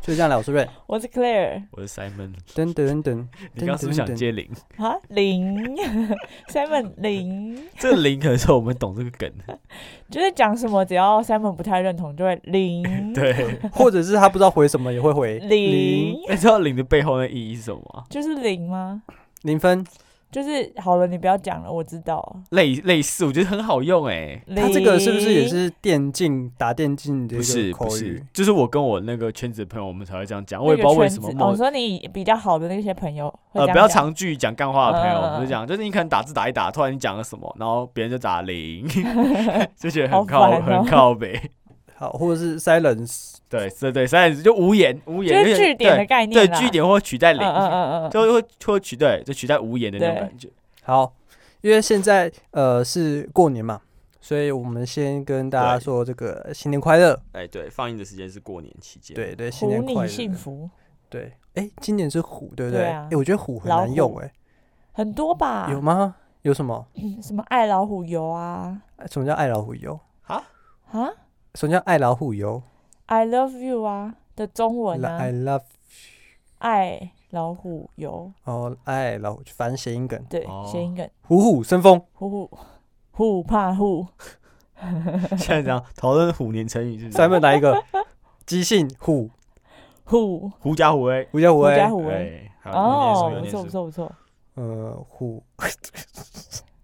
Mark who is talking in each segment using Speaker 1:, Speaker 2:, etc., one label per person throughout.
Speaker 1: 就这样了，我是 瑞，
Speaker 2: 我是 Claire
Speaker 3: 我 是 Simon，
Speaker 1: 噔噔噔，
Speaker 3: 你刚刚是不是想接零？
Speaker 2: 啊，零 Simon 零，
Speaker 3: 这个零可能是我们懂这个 梗，
Speaker 2: 就是讲什么只要 Simon 不太认同就会零
Speaker 3: 对。
Speaker 1: 或者是他不知道回什么也会回
Speaker 2: 零，
Speaker 3: 那知道零的背后的意义是什么啊吗？
Speaker 2: 就是零吗？
Speaker 1: 零分，
Speaker 2: 就是好了，你不要讲了，我知道。
Speaker 3: 类类似，我觉得很好用哎、
Speaker 1: 他这个是不是也
Speaker 2: 零
Speaker 1: 是电竞打电竞的
Speaker 3: 不
Speaker 1: 一
Speaker 3: 是
Speaker 1: 个
Speaker 3: 不
Speaker 1: 口
Speaker 3: 是
Speaker 1: 语？，
Speaker 3: 就是我跟我那个圈子的朋友，我们才会这样讲。
Speaker 2: 那
Speaker 3: 我也不知道
Speaker 2: 个
Speaker 3: 为
Speaker 2: 圈
Speaker 3: 什么
Speaker 2: 子
Speaker 3: 某、
Speaker 2: 哦，说你比较好的那些朋友会这
Speaker 3: 呃
Speaker 2: 样
Speaker 3: 不要
Speaker 2: 讲
Speaker 3: 长句讲干话的朋友，我
Speaker 2: 嗯嗯
Speaker 3: 们
Speaker 2: 嗯
Speaker 3: 就讲，就是你可能打字打一打，突然你讲了什么，然后别人就 打零， 就觉得
Speaker 2: 好
Speaker 3: 很靠、
Speaker 2: 烦哦
Speaker 3: 很靠北。
Speaker 1: 好，或者是 silence，
Speaker 3: 对，对对，所以就无言无言，
Speaker 2: 就是
Speaker 3: 有点
Speaker 2: 据点的概念
Speaker 3: 对
Speaker 2: 啦
Speaker 3: 对据点或取代
Speaker 2: 嗯
Speaker 3: 零，
Speaker 2: 嗯嗯嗯嗯，
Speaker 3: 就会会取代就取代无言的那种
Speaker 2: 对
Speaker 3: 感觉。
Speaker 1: 好，因为现在呃是过年嘛，所以我们先跟大家
Speaker 3: 对
Speaker 1: 说这个新年快乐，
Speaker 3: 哎，对，放映的时间是过年期间。
Speaker 1: 对对，新
Speaker 2: 虎
Speaker 1: 年快
Speaker 2: 你
Speaker 1: 乐，
Speaker 2: 幸福
Speaker 1: 对，哎，今年是虎，对不
Speaker 2: 对
Speaker 1: 对？
Speaker 2: 啊
Speaker 1: 哎，我觉得虎很
Speaker 2: 老
Speaker 1: 难用
Speaker 2: 虎，啊
Speaker 1: 哎，
Speaker 2: 很多吧？
Speaker 1: 有吗？有什么？
Speaker 2: 嗯什么爱老虎油啊
Speaker 1: 什么叫爱老虎油？
Speaker 2: 啊
Speaker 1: 什么叫爱老虎油
Speaker 2: ，I love you 啊的中文
Speaker 1: ？La-
Speaker 2: 啊，
Speaker 1: ？I love
Speaker 2: 爱老虎油，
Speaker 1: 哦，爱老虎，反正谐音梗，
Speaker 2: 对，
Speaker 3: 哦
Speaker 2: 谐音梗，
Speaker 1: 虎虎生风。
Speaker 2: 虎虎虎怕虎，
Speaker 3: 现在这样讨论虎年成语是不是？
Speaker 1: 三 n 哪一个？即兴虎，
Speaker 2: 虎
Speaker 3: 狐假虎威。
Speaker 1: 狐假虎
Speaker 2: 狐
Speaker 1: 威
Speaker 2: 假，虎威，
Speaker 3: 哎，好
Speaker 2: 哦，
Speaker 3: 有
Speaker 2: 不
Speaker 3: 点
Speaker 2: 错
Speaker 3: 熟
Speaker 2: 不，错不错，
Speaker 1: 呃，虎，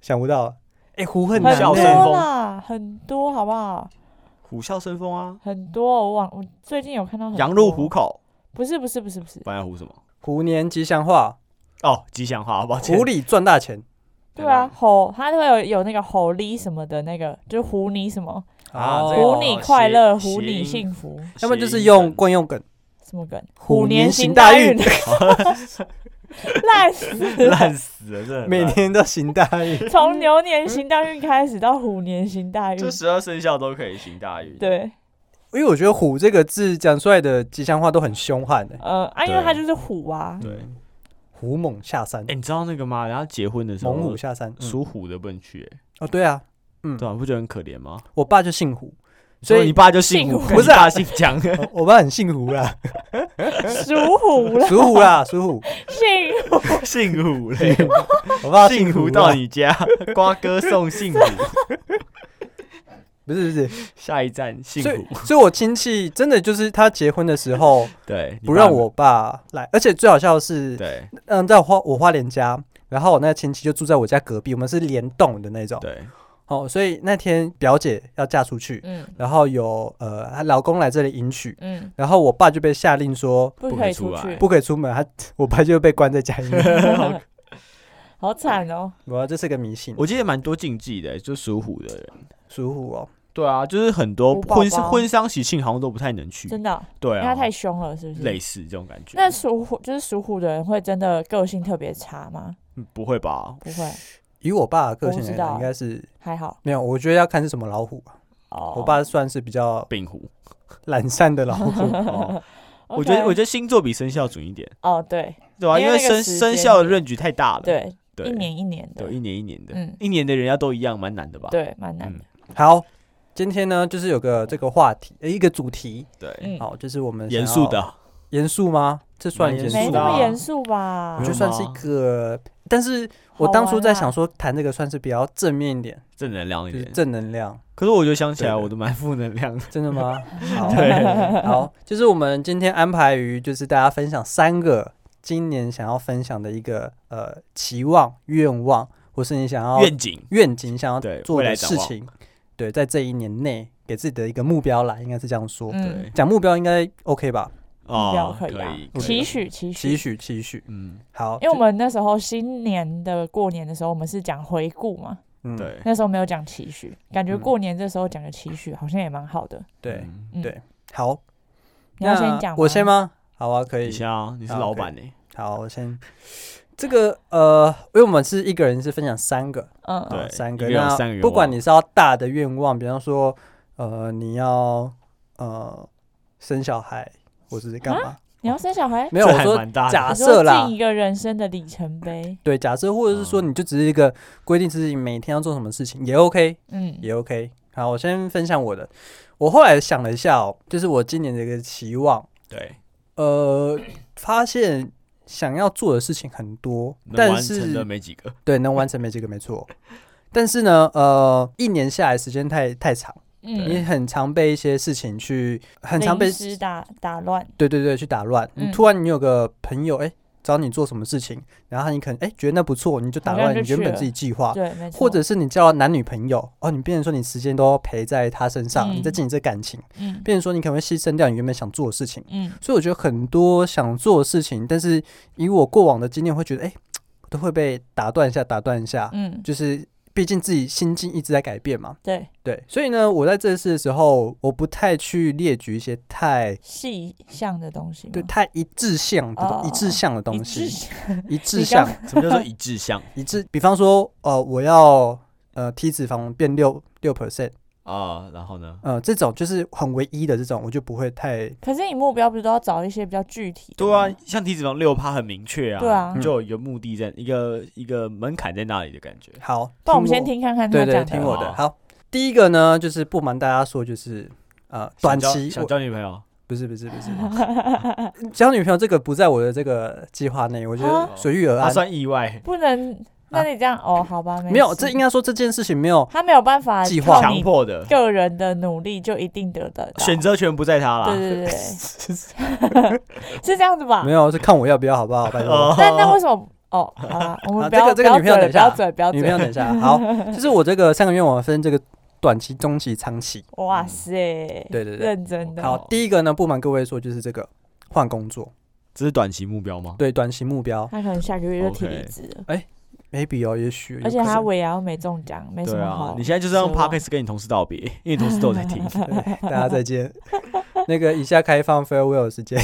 Speaker 1: 想不到，哎，虎很难
Speaker 2: 很
Speaker 3: 嗯笑
Speaker 2: 多
Speaker 3: 声
Speaker 1: 呢。
Speaker 3: 风
Speaker 2: 啦，很多好不好？
Speaker 3: 虎啸生风啊，
Speaker 2: 很多，我往我最近有看到很多
Speaker 3: 羊入虎，口。哦
Speaker 2: 不是不是不是不是，
Speaker 3: 不然虎什么？
Speaker 1: 虎年吉祥话，
Speaker 3: 哦，吉祥话，好不好？
Speaker 1: 虎里赚大钱。
Speaker 2: 对啊，吼，它都会有有那个吼狸什么的那个，就是虎你什么，
Speaker 3: 啊
Speaker 1: 哦
Speaker 3: 这个
Speaker 2: 虎你快乐，
Speaker 3: 谐
Speaker 2: 虎你
Speaker 3: 音
Speaker 2: 幸福，
Speaker 1: 要么就是用惯用梗，
Speaker 2: 什么梗？
Speaker 1: 虎年
Speaker 2: 行
Speaker 1: 行大
Speaker 2: 运，
Speaker 1: 运
Speaker 2: 烂死了。
Speaker 3: 烂死了，真的。
Speaker 1: 每年都行大 运。
Speaker 2: 从牛年行大运开始到虎年行大运
Speaker 3: 这，十二生肖都可以行大运。，
Speaker 2: 对，
Speaker 1: 因为我觉得“虎”这个字讲出来的吉祥话都很凶悍的、
Speaker 2: 呃，啊，因为它就是虎啊，
Speaker 3: 对，
Speaker 1: 虎猛下山，
Speaker 3: 哎，你知道那个吗？然后结婚的时候，
Speaker 1: 猛虎下山。嗯、
Speaker 3: 属虎的不能去，哎
Speaker 1: 哦，对啊，
Speaker 3: 对啊，不觉得很可怜吗？
Speaker 1: 我爸就姓虎，所
Speaker 3: 所以
Speaker 1: 以
Speaker 3: 你爸就姓
Speaker 2: 姓
Speaker 3: 虎，
Speaker 2: 虎
Speaker 3: 跟
Speaker 1: 啊
Speaker 3: 你爸姓姜。
Speaker 1: 我我爸很姓胡啦，
Speaker 2: 属虎 了，
Speaker 1: 属虎啦，属虎。
Speaker 2: 幸
Speaker 3: 姓虎嘞，
Speaker 1: 我爸
Speaker 3: 姓
Speaker 1: 虎啊
Speaker 3: 虎
Speaker 1: 啦
Speaker 3: 到你家，瓜哥送姓虎，
Speaker 1: 不是不是，
Speaker 3: 下一站姓
Speaker 1: 所以
Speaker 3: 虎。，
Speaker 1: 所以我亲戚真的就是他结婚的时候
Speaker 3: 对， 你
Speaker 1: 不
Speaker 3: 爸
Speaker 1: 让我爸来，而且最好笑的是，
Speaker 3: 对
Speaker 1: 嗯，在我花我花莲家，然后我那个亲戚就住在我家隔壁，我们是联动的那种。
Speaker 3: 对，
Speaker 1: 哦，所以那天表姐要嫁出去，
Speaker 2: 嗯
Speaker 1: 然后有呃她老公来这里迎娶，
Speaker 2: 嗯，
Speaker 1: 然后我爸就被下令说
Speaker 2: 不
Speaker 3: 不
Speaker 2: 可
Speaker 3: 可
Speaker 2: 以
Speaker 3: 以出
Speaker 2: 出
Speaker 3: 来
Speaker 2: 去，
Speaker 1: 不可以出门，他 我爸就被关在家里面。
Speaker 2: 好惨哦，
Speaker 3: 嗯
Speaker 1: 我这是个迷信，
Speaker 3: 我记得蛮多禁忌的，就属虎的人。
Speaker 1: 属虎哦，
Speaker 3: 对啊，就是很多
Speaker 2: 虎宝
Speaker 3: 婚
Speaker 2: 宝
Speaker 3: 婚丧喜庆好像都不太能去。
Speaker 2: 真的哦，
Speaker 3: 对
Speaker 2: 因为
Speaker 3: 啊
Speaker 2: 它，太凶了，是不是？
Speaker 3: 类似这种感觉。
Speaker 2: 那属虎就是属虎的人会真的个性特别差吗？
Speaker 3: 嗯不会吧？
Speaker 2: 不会，
Speaker 1: 以我爸的个性
Speaker 2: 我不
Speaker 1: 来
Speaker 2: 知道
Speaker 1: 讲，应该是
Speaker 2: 还好。
Speaker 1: 没有。我觉得要看是什么老虎吧，
Speaker 2: 哦，
Speaker 1: 我爸算是比较
Speaker 3: 病虎。
Speaker 1: 懒散的老虎。
Speaker 3: 哦，
Speaker 2: OK，
Speaker 3: 我觉得我觉得星座比生肖准一点，
Speaker 2: 哦，对
Speaker 3: 对吧、
Speaker 2: 因
Speaker 3: 因
Speaker 2: 为
Speaker 3: 为
Speaker 2: 那个
Speaker 3: 生
Speaker 2: 时间
Speaker 3: 生肖的 range 太大了。
Speaker 2: 对，
Speaker 3: 对，
Speaker 2: 一年一年的
Speaker 3: 对，，一年一年的，
Speaker 2: 嗯
Speaker 3: 一年的人要都一样，蛮难的吧？嗯
Speaker 2: 对，蛮难的。
Speaker 1: 好，今天呢，就是有个这个话题，呃一个主题，
Speaker 3: 对，
Speaker 2: 嗯，
Speaker 1: 好，就是我们
Speaker 3: 严
Speaker 1: 想
Speaker 3: 肃
Speaker 1: 要，
Speaker 3: 的，
Speaker 1: 严肃吗？这算
Speaker 3: 蛮
Speaker 1: 严
Speaker 3: 严肃
Speaker 2: 没
Speaker 1: 肃
Speaker 3: 的
Speaker 2: 那
Speaker 3: 啊
Speaker 2: 么
Speaker 1: 吗？
Speaker 2: 严肃吧
Speaker 1: 我
Speaker 3: 不
Speaker 1: 觉？
Speaker 3: 用
Speaker 1: 得算是一
Speaker 3: 吗
Speaker 1: 个，但是我当初在想说谈这个算是比较正面一点，
Speaker 3: 正能量一
Speaker 1: 就是
Speaker 3: 点。
Speaker 1: 正能量，
Speaker 3: 可是我就想起来，
Speaker 1: 对对
Speaker 3: 我都蛮负能量的。
Speaker 1: 真的 吗？好，
Speaker 3: 对
Speaker 1: 好，就是我们今天安排于就是大家分享三个今年想要分享的一个呃期望、愿望，或是你想要
Speaker 3: 愿景，
Speaker 1: 愿景想要
Speaker 3: 对
Speaker 1: 做
Speaker 3: 未
Speaker 1: 的
Speaker 3: 来展
Speaker 1: 事
Speaker 3: 望
Speaker 1: 情，对，在这一年内给自己的一个目标啦，应该是这样说。
Speaker 2: 嗯
Speaker 3: 对，
Speaker 1: 讲目标应该 OK 吧？
Speaker 3: 哦，
Speaker 2: 目标可以啊
Speaker 3: 以，可
Speaker 2: 期
Speaker 3: 以，
Speaker 2: 许期许
Speaker 1: 期许期许，
Speaker 3: 嗯，
Speaker 1: 好，
Speaker 2: 因为我
Speaker 1: 就
Speaker 2: 们那时候新年的过年的时候，我们是讲回顾嘛，
Speaker 1: 嗯
Speaker 3: 对
Speaker 2: 那时候没有讲期许，感觉
Speaker 1: 嗯
Speaker 2: 过年这时候讲个期许好像也蛮好的。
Speaker 1: 对
Speaker 3: 嗯
Speaker 2: 嗯
Speaker 1: 对，好，
Speaker 2: 你要
Speaker 1: 那
Speaker 2: 先讲，
Speaker 1: 我先？吗？好啊，可
Speaker 3: 等一
Speaker 1: 以，
Speaker 3: 下啊，你是
Speaker 1: 好
Speaker 3: 老
Speaker 1: 可以
Speaker 3: 板呢？
Speaker 1: 好，我先。这个呃，因为我们是一个人是分享三个，
Speaker 2: 嗯，
Speaker 3: 对
Speaker 1: 啊三个，
Speaker 3: 一个人有
Speaker 1: 那
Speaker 3: 三个愿
Speaker 1: 不管
Speaker 3: 望
Speaker 1: 你是要大的愿望，比方说呃你要呃生小孩，或是干嘛？
Speaker 2: 你要生小孩，
Speaker 1: 没有，
Speaker 3: 这
Speaker 1: 我
Speaker 3: 还
Speaker 1: 说
Speaker 3: 蛮大的
Speaker 1: 假
Speaker 2: 你
Speaker 1: 设
Speaker 2: 说
Speaker 1: 啦
Speaker 2: 进，一个人生的里程碑。
Speaker 1: 对，假设或者是说
Speaker 3: 嗯
Speaker 1: 你就只是一个规定自己每天要做什么事情也 OK，
Speaker 2: 嗯，
Speaker 1: 也 OK。好，我先分享我的。我后来想了一下哦，就是我今年的一个期望，
Speaker 3: 对，
Speaker 1: 呃，发现想要做的事情很多，
Speaker 3: 能
Speaker 1: 但
Speaker 3: 完成的
Speaker 1: 是
Speaker 3: 没几 个。
Speaker 1: 对能完成没几个没错。但是呢，呃，一年下来时间太太长，你
Speaker 2: 嗯，
Speaker 1: 很常被一些事情去，很常被
Speaker 2: 临时打打乱，
Speaker 1: 对对对去打乱。你
Speaker 2: 嗯
Speaker 1: 突然你有个朋友哎、找你做什么事情，然后你可能哎、觉得那不错，你就打
Speaker 2: 好像
Speaker 1: 乱
Speaker 2: 就
Speaker 1: 你原
Speaker 2: 去
Speaker 1: 本
Speaker 2: 了
Speaker 1: 自己计划，
Speaker 2: 对，没
Speaker 1: 啊
Speaker 2: 错，
Speaker 1: 或者是你交了男女朋友哦，你变成说你时间都陪在他身上，你在
Speaker 2: 嗯
Speaker 1: 经营这感情，
Speaker 2: 嗯
Speaker 1: 变成说你可能会牺牲掉你原本想做的事情。
Speaker 2: 嗯
Speaker 1: 所以我觉得很多想做的事情，但是以我过往的经验，会觉得哎、都会被打断一下，打断一下，
Speaker 2: 嗯，
Speaker 1: 就是毕竟自己心境一直在改变嘛。
Speaker 2: 对，
Speaker 1: 对，所以呢，我在这次的时候，我不太去列举一些太
Speaker 2: 细项的东西吗，
Speaker 1: 对太一致向的、
Speaker 2: 嗯哦
Speaker 1: 一致向的东
Speaker 2: 一
Speaker 1: 西，
Speaker 2: 致性，
Speaker 1: 一致
Speaker 2: 你
Speaker 1: 向
Speaker 2: 刚
Speaker 3: 什么叫做一致项
Speaker 1: 一致，比方说，呃，我要呃体脂肪变六六 percent，
Speaker 3: 啊？然后呢？
Speaker 1: 呃，这种就是很唯一的这种，我就不会太
Speaker 2: 可是你目标不是都要找一些比较具体的
Speaker 3: 对啊
Speaker 2: 吗？，
Speaker 3: 像体脂肪六趴很明确啊，
Speaker 2: 对啊
Speaker 3: 你就有一个目的在，一个一个门槛在那里的感觉。
Speaker 1: 好。
Speaker 2: 不然我们先
Speaker 1: 我
Speaker 2: 听看看
Speaker 1: 对
Speaker 2: 他
Speaker 1: 对，
Speaker 2: 讲
Speaker 1: 听
Speaker 2: 的
Speaker 1: 我
Speaker 2: 话
Speaker 1: 的。
Speaker 3: 哦
Speaker 1: 好，第一个呢，就是不瞒大家说，就是呃，短
Speaker 3: 想交
Speaker 1: 期
Speaker 3: 想
Speaker 1: 我
Speaker 3: 交女朋友，
Speaker 1: 不是不是不是 交女朋友这个不在我的这个计划内，我觉得
Speaker 3: 啊
Speaker 1: 随遇而
Speaker 3: 他
Speaker 1: 安。
Speaker 3: 算意外，
Speaker 2: 不能，那你这样、哦，好吧，
Speaker 1: 啊没有，这
Speaker 2: 事
Speaker 1: 应该说这件事情没有
Speaker 2: 他没有办法
Speaker 1: 计划
Speaker 2: 靠
Speaker 3: 强
Speaker 2: 你
Speaker 3: 迫的，
Speaker 2: 个人的努力就一定得得到。
Speaker 3: 选择权不在他啦。
Speaker 2: 对对对对， 是这样子吧
Speaker 1: 没？有，是看我要不要，好不好？拜托。
Speaker 3: 哦
Speaker 2: 那那为什么？哦，好 啦，我
Speaker 1: 啊
Speaker 2: 们不要
Speaker 1: 这个
Speaker 2: 不
Speaker 1: 这个
Speaker 2: 要
Speaker 1: 女朋友
Speaker 2: 嘴
Speaker 1: 等一
Speaker 2: 了，不
Speaker 1: 下
Speaker 2: 要嘴，不要
Speaker 1: 女朋友，
Speaker 2: 嘴。
Speaker 1: 等一 下，好，就是我这个三个愿望分这个短期、中期、长期。
Speaker 2: 哇塞，
Speaker 1: 对对对。
Speaker 2: 认真的。
Speaker 1: 好，第一个呢，不瞒各位说，就是这个换工作，
Speaker 3: 这是短期目标吗？
Speaker 1: 对，短期目标
Speaker 2: 他可能下个月就提
Speaker 3: OK
Speaker 2: 离职了，
Speaker 1: maybe 哦，也许，
Speaker 2: 而且
Speaker 1: 有可
Speaker 2: 他
Speaker 1: 能
Speaker 2: 尾牙又没中奖，没什
Speaker 3: 对
Speaker 2: 么
Speaker 3: 啊
Speaker 2: 好，
Speaker 3: 你。现在就是要用
Speaker 2: 奢望
Speaker 3: podcast 跟你同事道别，因为你同事都有 在听。
Speaker 1: 对大家再见。那个以下开放 farewell 时间，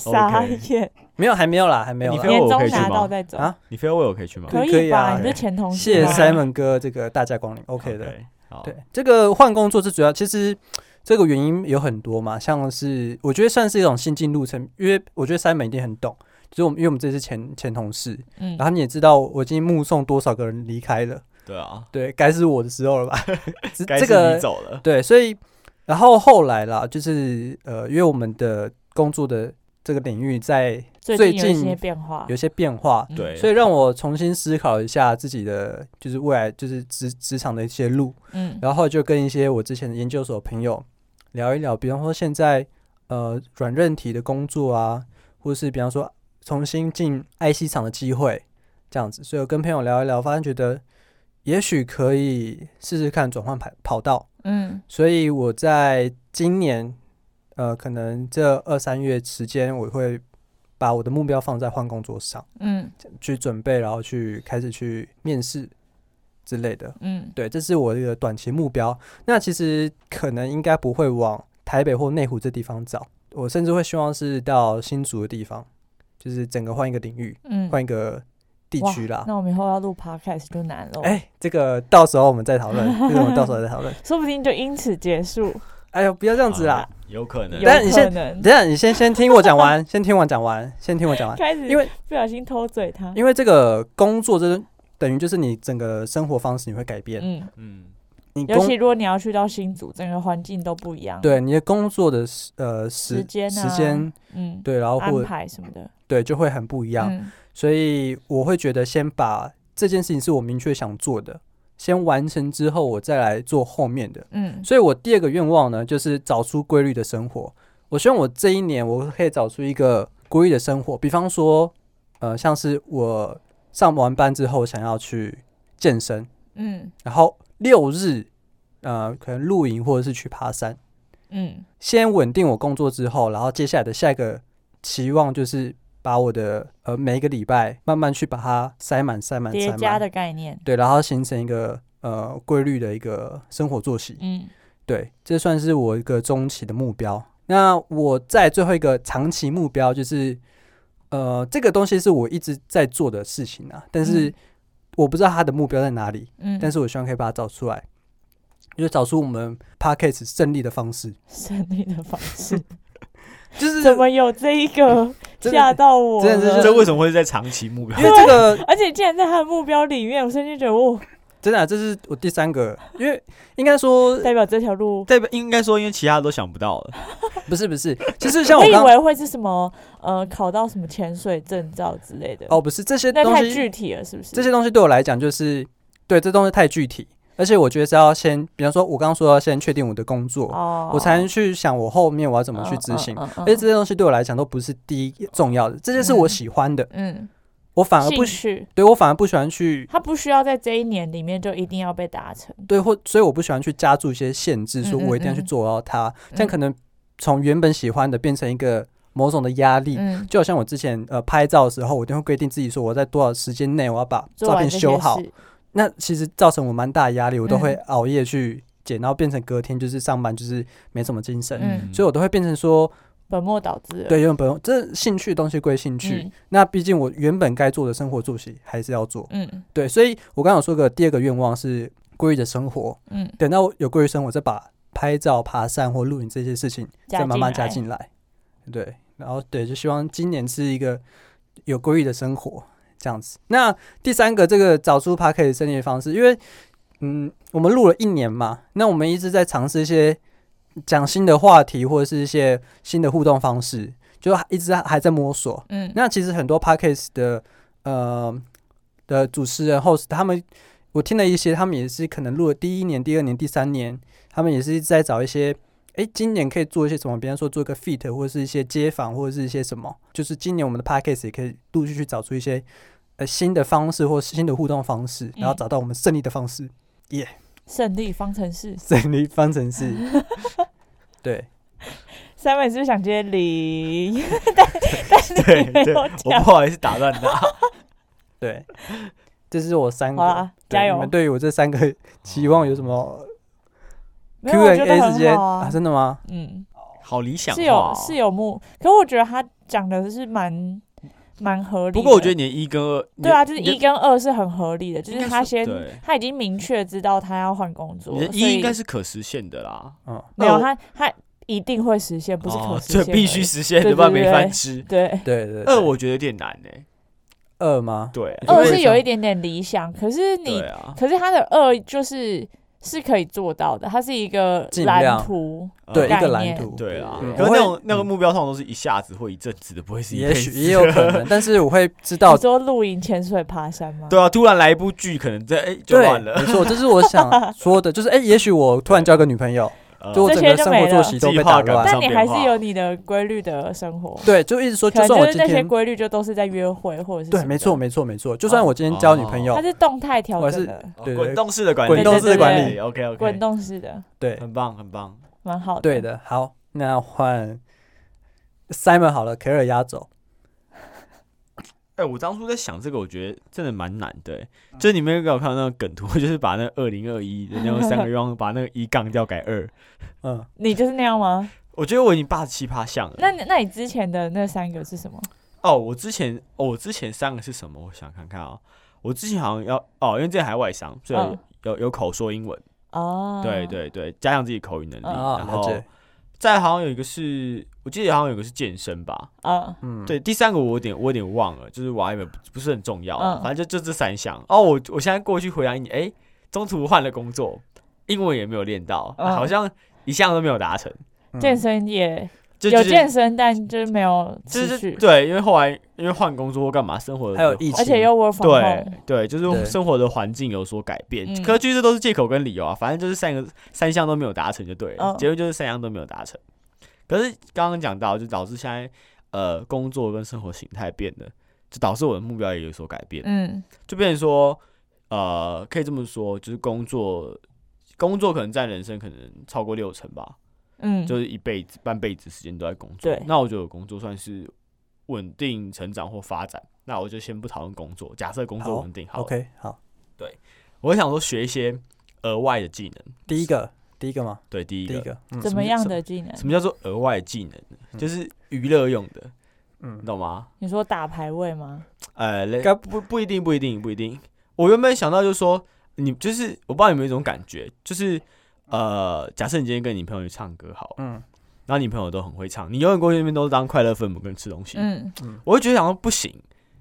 Speaker 2: 傻
Speaker 3: OK
Speaker 2: 眼，
Speaker 1: 没有，还没有啦，还没有
Speaker 3: 你
Speaker 1: 啦
Speaker 3: 非。要
Speaker 2: 年
Speaker 3: 我可
Speaker 2: 终
Speaker 3: 以去
Speaker 2: 拿到
Speaker 3: 吗
Speaker 2: 再走
Speaker 1: 啊，
Speaker 3: 你 farewell 可以去吗
Speaker 1: 可以
Speaker 2: 以
Speaker 1: 啊
Speaker 2: 吧？你是前同
Speaker 1: 谢
Speaker 2: 事
Speaker 1: 谢
Speaker 2: 吗，
Speaker 1: Simon 哥这个大驾光临，OK 的。
Speaker 3: OK，好
Speaker 1: 对，这个换工作最主要，其实这个原因有很多嘛，像是我觉得算是一种新进路程，因为我觉得 Simon 一定很懂，就是我们因为我们这是前前同事，
Speaker 2: 嗯
Speaker 1: 然，后你也知道我已经目送多少个人离开了，
Speaker 3: 对啊，
Speaker 1: 对该是我的时候了吧？ 这
Speaker 3: 该
Speaker 1: 这
Speaker 3: 是你
Speaker 1: 个
Speaker 3: 走了。
Speaker 1: 对，所以然后后来啦，就是呃，因为我们的工作的这个领域在最
Speaker 2: 最近有一
Speaker 1: 近
Speaker 2: 些变化
Speaker 1: 有，一些变化，
Speaker 2: 嗯
Speaker 3: 对，
Speaker 1: 所以让我重新思考一下自己的就是未来就是职职场的一些路，
Speaker 2: 嗯，
Speaker 1: 然后就跟一些我之前的研究所朋友聊一聊，比方说现在呃软韧体的工作啊，或是比方说重新进 IC 厂的机会这样子，所以我跟朋友聊一聊，发现觉得也许可以试试看转换跑跑道，
Speaker 2: 嗯
Speaker 1: 所以我在今年呃可能这二三月时间，我会把我的目标放在换工作上
Speaker 2: 嗯
Speaker 1: 去准备，然后去开始去面试之类的。
Speaker 2: 嗯，
Speaker 1: 对，这是我的一个短期目标。那其实可能应该不会往台北或内湖这地方找，我甚至会希望是到新竹的地方，就是整个换一个领域，
Speaker 2: 嗯，
Speaker 1: 换一个地区啦。
Speaker 2: 那我们以后要录 podcast 就难了，
Speaker 1: 哎、这个到时候我们再讨论，这个我们到时候再讨论。
Speaker 2: 说不定就因此结束，
Speaker 1: 哎呦，不要这
Speaker 3: 这
Speaker 1: 样子啦！，
Speaker 3: 有可能
Speaker 2: 有
Speaker 1: 但是你
Speaker 2: 可
Speaker 1: 先
Speaker 2: 能
Speaker 1: 等一下你先先听我讲完，先听我讲完，先听我 讲完。
Speaker 2: 开始
Speaker 1: 啊因为
Speaker 2: 不小心偷嘴他，
Speaker 1: 因为这个工作这等于就是你整个生活方式你会改变，
Speaker 2: 嗯，
Speaker 3: 嗯，
Speaker 1: 你
Speaker 2: 尤
Speaker 1: 工
Speaker 2: 其如果你要去到新组，整个环境都不一样，，
Speaker 1: 对你的工作的时呃时
Speaker 2: 时间啊
Speaker 1: 时间
Speaker 2: 嗯，
Speaker 1: 对，然后或
Speaker 2: 安排什么的，
Speaker 1: 对就会很不一样。
Speaker 2: 嗯
Speaker 1: 所以我会觉得先把这件事情是我明确想做的，先完成之后，我再来做后面的。
Speaker 2: 嗯
Speaker 1: 所以我第二个愿望呢，就是找出规律的生活。我希望我这一年我可以找出一个规律的生活，比方说，呃，像是我上完班之后想要去健身，
Speaker 2: 嗯
Speaker 1: 然后六日，呃，可能露营或者是去爬山。
Speaker 2: 嗯
Speaker 1: 先稳定我工作之后，然后接下来的下一个期望就是把我的呃每一个礼拜慢慢去把它塞满、塞满、
Speaker 2: 叠
Speaker 1: 塞
Speaker 2: 加
Speaker 1: 满，
Speaker 2: 的概念，
Speaker 1: 对，然后形成一个呃规律的一个生活作息，
Speaker 2: 嗯
Speaker 1: 对，这算是我一个中期的目标。那我在最后一个长期目标就是，呃，这个东西是我一直在做的事情啊，但是
Speaker 2: 嗯
Speaker 1: 我不知道它的目标在哪里，
Speaker 2: 嗯，
Speaker 1: 但
Speaker 2: 是
Speaker 1: 是我希望可以把它找出来，就是找出我们 p a c k a g e 胜利的方式，
Speaker 2: 胜利的方式，
Speaker 1: 就是
Speaker 2: 怎么有这一个
Speaker 1: 真的
Speaker 2: 吓到我
Speaker 1: 真的是
Speaker 2: 了
Speaker 3: 这为什么会在长期目标
Speaker 1: 因？为这个
Speaker 2: 而且竟然在他的目标里面，我瞬间觉得，哇，哦
Speaker 1: 真的啊、这是我第三个，因为应该说
Speaker 2: 代表这条路
Speaker 3: 代表应该说，因为其他都想不到了。
Speaker 1: 不是不是，其实像
Speaker 2: 我
Speaker 1: 我
Speaker 2: 以
Speaker 1: 刚
Speaker 2: 为会是什么呃，考到什么潜水证照之类的。
Speaker 1: 哦，不是这些
Speaker 2: 那
Speaker 1: 东
Speaker 2: 太
Speaker 1: 西，
Speaker 2: 具体了，是不是？
Speaker 1: 这些东西对我来讲就是对这东西太具体，而且我觉得是要先，比方说我刚刚说要先确定我的工作，
Speaker 2: 哦，
Speaker 1: 我才能去想我后面我要怎么去执行。
Speaker 2: 嗯
Speaker 1: 而且这些东西对我来讲都不是第一重要的，这些是我喜欢的，
Speaker 2: 嗯，
Speaker 1: 我反而
Speaker 2: 兴
Speaker 1: 不喜，
Speaker 2: 趣，
Speaker 1: 对我反而不喜欢去
Speaker 2: 他不需要在这一年里面就一定要被达成。
Speaker 1: 对，或所以我不喜欢去加注一些限制，说
Speaker 2: 嗯嗯
Speaker 1: 我一定要去
Speaker 2: 嗯
Speaker 1: 做到它，这样
Speaker 2: 嗯
Speaker 1: 可能从原本喜欢的变成一个某种的压力。
Speaker 2: 嗯，
Speaker 1: 就好像我之前呃拍照的时候，我一定会规定自己说我在多少时间内我要把
Speaker 2: 做
Speaker 1: 照
Speaker 2: 完
Speaker 1: 片
Speaker 2: 这
Speaker 1: 修
Speaker 2: 些
Speaker 1: 好。
Speaker 2: 事
Speaker 1: 那其实造成我蛮大的压力，我都会
Speaker 2: 嗯
Speaker 1: 熬夜去剪，然后变成隔天就是上班就是没什么精神，
Speaker 2: 嗯
Speaker 1: 所以我都会变成说，
Speaker 2: 本末倒置了。
Speaker 1: 对，原本这兴趣的东西归兴趣，
Speaker 2: 嗯
Speaker 1: 那毕竟我原本该做的生活作息还是要做，
Speaker 2: 嗯
Speaker 1: 对，所以我刚刚有说个第二个愿望是规律的生活，
Speaker 2: 嗯，
Speaker 1: 等到有规律生活再把拍照、爬山或露营这些事情
Speaker 2: 加
Speaker 1: 再慢慢加
Speaker 2: 进
Speaker 1: 进来，对，然后对，就希望今年是一个有规律的生活这样子。那第三个，这个找出 p a r k 的生意方式，因为嗯，我们录了一年嘛，那我们一直在尝试一些讲新的话题或者是一些新的互动方式，就一直还在摸索。
Speaker 2: 嗯，
Speaker 1: 那其实很多 p a r k a s 的呃的主持人 host 他们，我听了一些，他们也是可能录了第一年、第二年、第三年，他们也是一直在找一些，诶，今年可以做一些什么？比方说做一个 fit，或者是一些街访，或者是一些什么，就是今年我们的 p a r k a s 也可以陆续去找出一些呃新的方式或新的互动方式，然后
Speaker 2: 嗯
Speaker 1: 找到我们胜利的方式，
Speaker 2: 胜利方程式。
Speaker 1: 胜利方程 式。对，
Speaker 2: 三妹是不是想接零？ 但但
Speaker 3: 对
Speaker 2: 你没
Speaker 3: 对，
Speaker 2: 有
Speaker 3: 我
Speaker 2: 讲。
Speaker 3: 不好意思打断他。
Speaker 1: 对，这是我三个。
Speaker 2: 好啦，
Speaker 1: 对
Speaker 2: 加
Speaker 1: 你
Speaker 2: 油
Speaker 1: 们！对于我这三个 期望有什么
Speaker 2: 没有，我觉得
Speaker 1: Q&A 时
Speaker 2: 很
Speaker 1: 间
Speaker 2: 好啊。
Speaker 1: 真的吗？
Speaker 2: 嗯，
Speaker 3: 好理想
Speaker 2: 是
Speaker 3: 化
Speaker 2: 有
Speaker 3: 哦
Speaker 2: 是有目，可我觉得他讲的是蛮蛮合理的。
Speaker 3: 不过我觉得你的一跟二，你的
Speaker 2: 对啊，就是
Speaker 3: 你的
Speaker 2: 一跟二是很合理的，就
Speaker 3: 应
Speaker 2: 是
Speaker 3: 该
Speaker 2: 他
Speaker 3: 是
Speaker 2: 先
Speaker 3: 对
Speaker 2: 他已经明确知道他要换工作
Speaker 3: 你
Speaker 2: 了，
Speaker 3: 的
Speaker 2: 所
Speaker 3: 一
Speaker 2: 以
Speaker 3: 应该是可实现的啦，
Speaker 1: 嗯，
Speaker 2: 没有
Speaker 3: 二
Speaker 2: 他他一定会实现，不是可
Speaker 3: 哦
Speaker 2: 实现而已，
Speaker 3: 这必须实现，
Speaker 2: 对
Speaker 3: 不然
Speaker 2: 对
Speaker 3: 没
Speaker 2: 对
Speaker 3: 饭吃。
Speaker 2: 对。
Speaker 1: 对对
Speaker 3: 二
Speaker 1: 对
Speaker 3: 我觉得有点难诶，
Speaker 1: 二吗？
Speaker 3: 对
Speaker 1: 你，
Speaker 2: 二
Speaker 1: 因为
Speaker 2: 是有一点点理想，可是你
Speaker 3: 对啊，
Speaker 2: 可是他的二就是是可以做到的，它是一个
Speaker 1: 尽量
Speaker 2: 蓝图，
Speaker 1: 对，
Speaker 2: 概
Speaker 1: 一个蓝
Speaker 2: 念
Speaker 1: 图，
Speaker 3: 嗯对啊
Speaker 1: 嗯，
Speaker 3: 可
Speaker 1: 我
Speaker 3: 是
Speaker 1: 会
Speaker 3: 那种那个
Speaker 1: 嗯
Speaker 3: 目标通常都是一下子或一阵子的，不会是一辈
Speaker 1: 也许
Speaker 3: 子
Speaker 1: 也有可能，但是我会知道
Speaker 2: 你，说露营、潜水、爬山吗？
Speaker 3: 对啊，突然来一部剧，可能这哎就
Speaker 1: 对，
Speaker 3: 乱了，
Speaker 1: 没错，这是我想说的，就是哎，也许我突然交个女朋友，
Speaker 3: 呃
Speaker 1: 就我整
Speaker 2: 这
Speaker 1: 个
Speaker 2: 些就
Speaker 1: 生
Speaker 2: 没
Speaker 1: 活
Speaker 2: 了
Speaker 1: 作息都被打
Speaker 3: 计划
Speaker 1: 乱
Speaker 3: 赶，
Speaker 2: 但
Speaker 3: 上
Speaker 2: 你
Speaker 3: 变
Speaker 2: 还
Speaker 3: 化
Speaker 2: 是有你的规律的生活，
Speaker 1: 对，就一直说，就
Speaker 2: 可能
Speaker 1: 算
Speaker 2: 就
Speaker 1: 我
Speaker 2: 是
Speaker 1: 今
Speaker 2: 那些
Speaker 1: 天
Speaker 2: 规律就都是在约会或者是
Speaker 1: 对，
Speaker 2: 什么
Speaker 1: 没错
Speaker 2: 的，哦
Speaker 1: 没错没错，就算我今天交女朋
Speaker 2: 它
Speaker 1: 友，
Speaker 2: 是动态调
Speaker 1: 我
Speaker 2: 整
Speaker 1: 是
Speaker 2: 的，
Speaker 3: 哦
Speaker 1: 对对
Speaker 3: 滚动式的管理，
Speaker 1: 滚动式的管
Speaker 2: 对
Speaker 1: 理，
Speaker 3: ，OK OK，
Speaker 2: 滚动式的，
Speaker 1: 对
Speaker 3: 很棒很棒。
Speaker 2: 蛮好的。
Speaker 1: 对，的，好，那换 Simon 好了，凯尔压轴，
Speaker 3: 哎、我当初在想这个，我觉得真的蛮难的、欸。
Speaker 1: 嗯
Speaker 3: 就是你们有没有看到那个梗图， 就是把那二零二一的那种三个 愿望，把那个一杠掉改二。
Speaker 1: 嗯，
Speaker 2: 你就是那样吗？
Speaker 3: 我觉得我已经八十七趴像了。
Speaker 2: 那你那你之前的那三个是什么？
Speaker 3: 哦，我之前哦，我之前三个是什么？我想看看啊、我之前好像要哦，因为之前还外商，所以有、
Speaker 2: 嗯
Speaker 3: 有有口说英文，
Speaker 2: 哦，
Speaker 3: 对，对对，加强自己口语能力。
Speaker 2: 嗯
Speaker 1: 啊，
Speaker 3: 然
Speaker 1: 嗯了
Speaker 3: 后
Speaker 1: 解，
Speaker 3: 再好像有一个是，我记得好像有一个是健身吧。
Speaker 2: 啊，
Speaker 1: 嗯，
Speaker 3: 对，第三个我有点我有点忘了，就是我还以为不不是很重要啊、
Speaker 2: 嗯
Speaker 3: 反正就就这三项。哦，我我现在过去回答你，哎、中途换了工作，英文也没有练到，
Speaker 2: 嗯
Speaker 3: 好像一项都没有达成。
Speaker 1: 嗯，
Speaker 2: 健身也
Speaker 3: 就
Speaker 2: 有
Speaker 3: 就
Speaker 2: 健身，但就是没有
Speaker 3: 就
Speaker 2: 持
Speaker 3: 是
Speaker 2: 续，
Speaker 3: 对，因为后来因为换工作或干嘛，生活的
Speaker 1: 还有疫
Speaker 2: 而且
Speaker 1: 情
Speaker 2: 又 work from
Speaker 3: 对
Speaker 2: home，
Speaker 3: 对，就是
Speaker 1: 对
Speaker 3: 生活的环境有所改变。
Speaker 2: 嗯
Speaker 3: 可是其实都是借口跟理由啊，反正就是三个三项都没有达成就对了，
Speaker 2: 嗯
Speaker 3: 结论就是三项都没有达成。可是刚刚讲到，就导致现在呃工作跟生活形态变了，就导致我的目标也有所改变。
Speaker 2: 嗯
Speaker 3: 就变成说，呃，可以这么说，就是工作，工作可能占人生可能超过六成吧，
Speaker 2: 嗯，
Speaker 3: 就是一辈子、半辈子时间都在工作。
Speaker 2: 对
Speaker 3: 那我觉得我工作算是稳定成长或发展。那我就先不讨论工作，假设工作
Speaker 1: 好
Speaker 3: 稳定好了
Speaker 1: ，OK，好，
Speaker 3: 我想说学一些额外的技能。
Speaker 1: 第一个第一个吗？
Speaker 3: 对，第
Speaker 1: 第
Speaker 3: 一个，
Speaker 1: 一个，嗯
Speaker 2: 怎么样的技能？
Speaker 3: 什么叫做额外技能呢？
Speaker 1: 嗯
Speaker 3: 就是娱乐用的，
Speaker 1: 嗯
Speaker 3: 你，懂吗？
Speaker 2: 你说打排位吗？
Speaker 3: 呃，类
Speaker 1: 该
Speaker 3: 不不一定，不一定，不一定。我原本想到就是说，你就是我不知道有没有一种感觉，就是呃，假设你今天跟你朋友去唱歌好了，
Speaker 1: 嗯
Speaker 3: 然后你朋友都很会唱，你永远过去那边都是当快乐分母跟吃东西，
Speaker 2: 嗯，
Speaker 3: 我会觉得想说不行，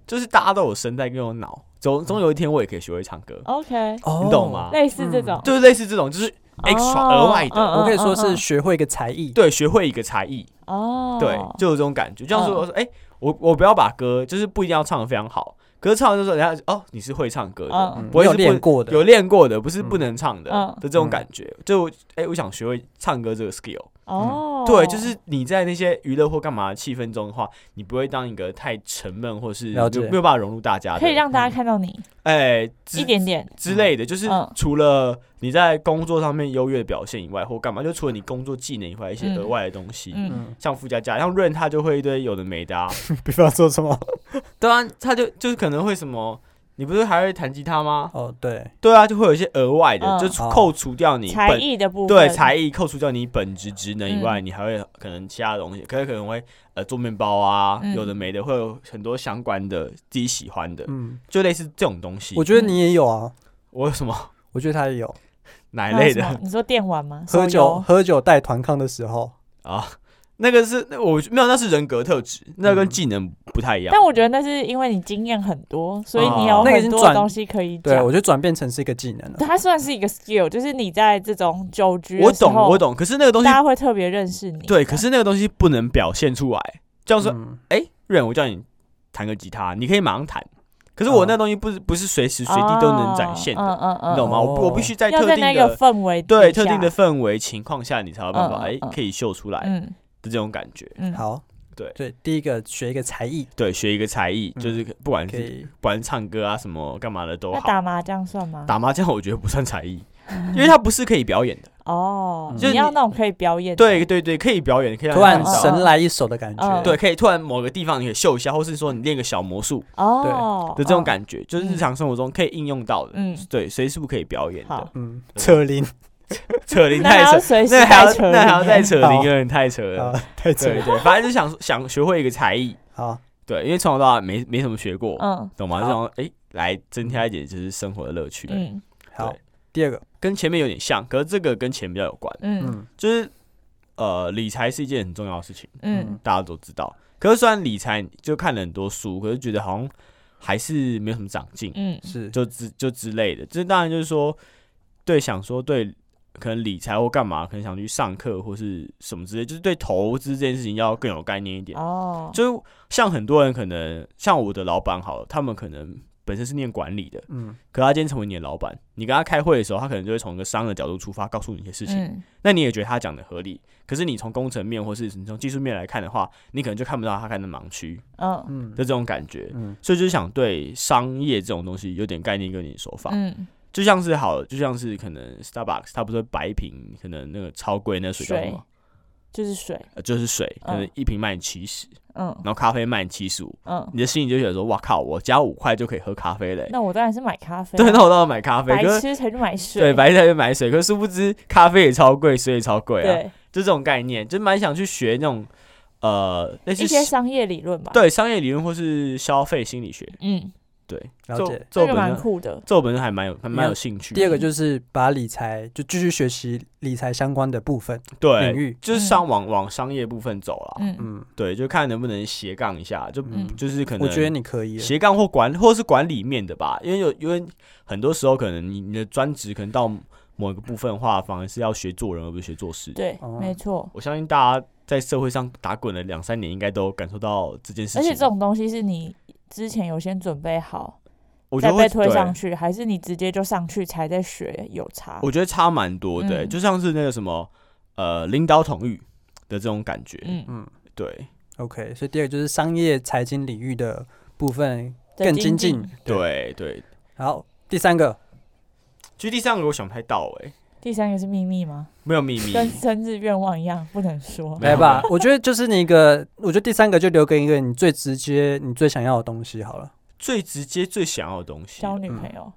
Speaker 3: 就是大家都有声带跟有脑，总总有一天我也可以学会唱歌，
Speaker 2: OK，
Speaker 1: 哦
Speaker 3: 你懂吗？
Speaker 2: 类似这种，
Speaker 3: 嗯就是类似这种，就是
Speaker 2: 哦嗯
Speaker 3: extra 额外的
Speaker 1: 我可以说是学会一个才艺，
Speaker 3: 对学会一个才艺，
Speaker 2: 哦，
Speaker 3: 对，就有这种感觉。就像说，
Speaker 2: 嗯
Speaker 3: 我说，哎、我我不要把歌，就是不一定要唱的非常好，可是唱完就说，人家哦，你是会唱歌的，
Speaker 2: 嗯
Speaker 1: 嗯，
Speaker 3: 不
Speaker 1: 你
Speaker 3: 会
Speaker 1: 有
Speaker 3: 是不
Speaker 1: 练过的，
Speaker 3: 有练过的，不是不
Speaker 1: 嗯
Speaker 3: 能唱的、
Speaker 2: 嗯
Speaker 3: 的这种感觉。就哎、我想学会唱歌这个 skill。
Speaker 2: 哦，
Speaker 3: 嗯对，就是你在那些娱乐或干嘛的气氛中的话，你不会当一个太沉闷，或是没
Speaker 1: 了
Speaker 3: 有
Speaker 1: 解
Speaker 3: 没有办法融入大家的，
Speaker 2: 可以让大家看到你
Speaker 3: 哎、之
Speaker 2: 一点点，
Speaker 3: 之类的，就是
Speaker 2: 嗯
Speaker 3: 除了你在工作上面优越的表现以外，或干嘛，就除了你工作技能以外，一些
Speaker 2: 嗯
Speaker 3: 额外的东西，
Speaker 2: 嗯，
Speaker 1: 嗯，
Speaker 3: 像附加价，像润他就会一堆有的没 的、啊，
Speaker 1: 比方说什么？
Speaker 3: 对啊，他就就是可能会什么，你不是还会弹吉他吗？
Speaker 1: 哦，对，
Speaker 3: 对啊，就会有一些额外的，
Speaker 2: 嗯
Speaker 3: 就扣除掉你
Speaker 2: 哦才
Speaker 3: 本
Speaker 2: 艺的部分，
Speaker 3: 对才艺扣除掉你本职职能以外，
Speaker 2: 嗯
Speaker 3: 你还会可能其他的东西，可能可能会呃做面包啊，
Speaker 2: 嗯
Speaker 3: 有的没的，会有很多相关的自己喜欢的，
Speaker 1: 嗯，
Speaker 3: 就类似这种东西。
Speaker 1: 我觉得你也有啊，
Speaker 3: 我有什么
Speaker 1: 我觉得他也有，
Speaker 3: 哪
Speaker 2: 还有
Speaker 3: 类
Speaker 2: 什么
Speaker 3: 的
Speaker 2: 你说电玩 吗？
Speaker 1: 喝
Speaker 2: 手
Speaker 1: 酒
Speaker 2: 游
Speaker 1: 喝酒带团康的时候，
Speaker 3: 啊？那个是那我没有，那是人格特质，那跟技能不太一
Speaker 2: 嗯
Speaker 3: 样
Speaker 2: 但。我觉得那是因为你经验很多，所以你
Speaker 3: 哦
Speaker 2: 有
Speaker 1: 那个已经
Speaker 2: 很多
Speaker 1: 转
Speaker 2: 东西可以
Speaker 1: 对啊
Speaker 2: 讲
Speaker 1: 我。觉得转变成是一个技能了，啊
Speaker 2: 它算是一个 skill，就是你在这种酒局的
Speaker 3: 我
Speaker 2: 时
Speaker 3: 懂，
Speaker 2: 候
Speaker 3: 我，懂，可是那个东西
Speaker 2: 大家会特别认识你。
Speaker 3: 对，可是那个东西不能表现出来。就像说，
Speaker 1: 嗯
Speaker 3: 哎、润，我叫你弹个吉他，你可以马上弹，可是我那东西不是不是随时随地都能展现的，
Speaker 2: 哦嗯嗯
Speaker 3: 你懂吗？
Speaker 1: 嗯
Speaker 3: 我我必须在
Speaker 2: 嗯，要
Speaker 3: 特
Speaker 2: 在
Speaker 3: 定
Speaker 2: 那个
Speaker 3: 的
Speaker 2: 氛围底
Speaker 3: 对特定
Speaker 2: 下
Speaker 3: 的，氛围情况下，你才有办法哎、
Speaker 2: 嗯嗯嗯
Speaker 3: 可以秀出来的
Speaker 2: 嗯
Speaker 3: 这种感觉。
Speaker 2: 嗯，
Speaker 1: 好，
Speaker 3: 对
Speaker 1: 对，第一个学一个才艺，
Speaker 3: 对，学一个才艺，
Speaker 1: 嗯
Speaker 3: 就是不管
Speaker 1: 可
Speaker 3: 是
Speaker 1: 以
Speaker 3: 不管是唱歌啊什么干嘛的都
Speaker 2: 那
Speaker 3: 好。
Speaker 2: 打麻将算吗？
Speaker 3: 打麻将我觉得不算才 艺，因为它不是可以表演的。
Speaker 2: 哦，
Speaker 1: 嗯
Speaker 3: 就是
Speaker 2: 你
Speaker 3: 你
Speaker 2: 要那种可以表演的，
Speaker 3: 对对对，可以表演，可以让
Speaker 1: 突然
Speaker 3: 人看到
Speaker 1: 神来一手的感觉，
Speaker 2: 嗯
Speaker 3: 对，可以突然某个地方你可以秀一下，或是说你练个小魔术，
Speaker 2: 哦
Speaker 3: 的这
Speaker 2: 嗯
Speaker 3: 种感觉，就是日
Speaker 2: 嗯
Speaker 3: 常生活中可以应用到的，
Speaker 2: 嗯
Speaker 3: 对，随时不可以表演的
Speaker 2: 好。
Speaker 1: 嗯，扯铃，
Speaker 3: 扯铃
Speaker 2: 那
Speaker 3: 太
Speaker 2: 还要
Speaker 3: 扯，
Speaker 2: 随时
Speaker 3: 那还
Speaker 2: 带
Speaker 3: 要
Speaker 2: 车
Speaker 3: 那还要
Speaker 2: 里
Speaker 3: 再
Speaker 2: 面
Speaker 3: 扯铃，有点太扯
Speaker 1: 啊
Speaker 3: 了。，
Speaker 1: 太扯
Speaker 3: 对
Speaker 1: 了，
Speaker 3: 对，反正就想想学会一个才艺，
Speaker 1: 好，
Speaker 3: 对，因为从小到大没没什么学过，
Speaker 2: 嗯
Speaker 3: 懂吗？
Speaker 1: 好
Speaker 3: 这种哎，来增加一点就是生活的乐趣。
Speaker 2: 嗯
Speaker 1: 好
Speaker 3: 对，
Speaker 1: 第二个，
Speaker 3: 跟前面有点像，可是这个跟钱比较有关，
Speaker 2: 嗯
Speaker 1: 嗯
Speaker 3: 就是呃，理财是一件很重要的事情，
Speaker 2: 嗯，
Speaker 3: 大家都知道。可是虽然理财就看了很多书，可是觉得好像还是没有什么长进。
Speaker 2: 嗯
Speaker 1: 是，
Speaker 3: 就之就之类的。这当然就是说，对想说对可能理财或干嘛，可能想去上课或是什么之类，就是对投资这件事情要更有概念一点。
Speaker 2: 哦，
Speaker 3: 就是像很多人可能像我的老板好了，他们可能本身是念管理的，
Speaker 1: 嗯
Speaker 3: 可他今天成为你的老板，你跟他开会的时候，他可能就会从一个商的角度出发，告诉你一些事情。
Speaker 2: 嗯
Speaker 3: 那你也觉得他讲的合理，可是你从工程面或是你从技术面来看的话，你可能就看不到他看的盲区
Speaker 2: 嗯
Speaker 1: 嗯
Speaker 3: 的这种感觉。
Speaker 1: 嗯
Speaker 3: 所以就是想对商业这种东西有点概念跟你手法。
Speaker 2: 嗯
Speaker 3: 就像是好，就像是可能 Starbucks 它不是会白瓶，可能那个超贵那水叫什
Speaker 2: 水
Speaker 3: 么？
Speaker 2: 就是水，
Speaker 3: 呃就是水，可
Speaker 2: 嗯
Speaker 3: 能一瓶卖你七十，
Speaker 2: 嗯
Speaker 3: 然后咖啡卖你七十五，
Speaker 2: 嗯，
Speaker 3: 你的心里就觉得说，哇靠，我加五块就可以喝咖啡嘞、
Speaker 2: 那我当然是买咖啡啊，
Speaker 3: 对，那我当然买咖啡，
Speaker 2: 白
Speaker 3: 可是
Speaker 2: 痴才去买水，
Speaker 3: 对白天就买水，可是殊不知咖啡也超贵，水也超贵啊，
Speaker 2: 对，
Speaker 3: 就这种概念，就蛮想去学那种呃类
Speaker 2: 一些
Speaker 3: 似
Speaker 2: 商业理论吧，，
Speaker 3: 对商业理论或是消费心理学，
Speaker 2: 嗯，
Speaker 3: 对，
Speaker 1: 了
Speaker 3: 这
Speaker 1: 解
Speaker 2: 这
Speaker 3: 这我
Speaker 2: 个蛮
Speaker 3: 本身
Speaker 2: 酷的，
Speaker 3: 这我本身还蛮有还蛮有兴趣的。
Speaker 1: 第二个就是把理财就继续学习理财相关的部分领
Speaker 3: 对，
Speaker 1: 域，
Speaker 3: 就是上往往商业部分走啦。
Speaker 2: 嗯
Speaker 1: 嗯，
Speaker 3: 对，就看能不能斜杠一下，就
Speaker 1: 嗯
Speaker 3: 就是可能
Speaker 1: 我觉得你可以了，
Speaker 3: 斜杠或管或是管理面的吧，因为有因为很多时候可能你你的专职可能到某一个部分的话，反而是要学做人而不是学做事。
Speaker 2: 对
Speaker 1: 哦，
Speaker 2: 没错。
Speaker 3: 我相信大家在社会上打滚了两三年，应该都感受到这件事情。
Speaker 2: 而且这种东西是你之前有先准备好，
Speaker 3: 我觉
Speaker 2: 再
Speaker 3: 得
Speaker 2: 被
Speaker 3: 会
Speaker 2: 推上
Speaker 3: 对
Speaker 2: 去，还是你直接就上去才在学有差？
Speaker 3: 我觉得差蛮多的、欸
Speaker 2: 嗯
Speaker 3: 就像是那个什么呃领导统御的这种感觉。
Speaker 2: 嗯，
Speaker 1: 嗯
Speaker 3: 对
Speaker 1: OK，所以第二个就是商业财经领域的部分
Speaker 2: 再
Speaker 1: 更
Speaker 2: 精
Speaker 1: 精
Speaker 2: 进
Speaker 1: 进。
Speaker 3: 对对，
Speaker 1: 好，第三个
Speaker 3: 其实第三个我想不太到哎、
Speaker 2: 第三个是秘密吗？
Speaker 3: 没有秘密。
Speaker 2: 跟生日愿望一样，不能说。
Speaker 3: 没有
Speaker 1: 来吧，我觉得就是你一个，我觉得第三个就留给一个你最直接、你最想要的东西好了。
Speaker 3: 最直接最想要的东西，
Speaker 2: 交
Speaker 3: 哎、
Speaker 2: 女朋友、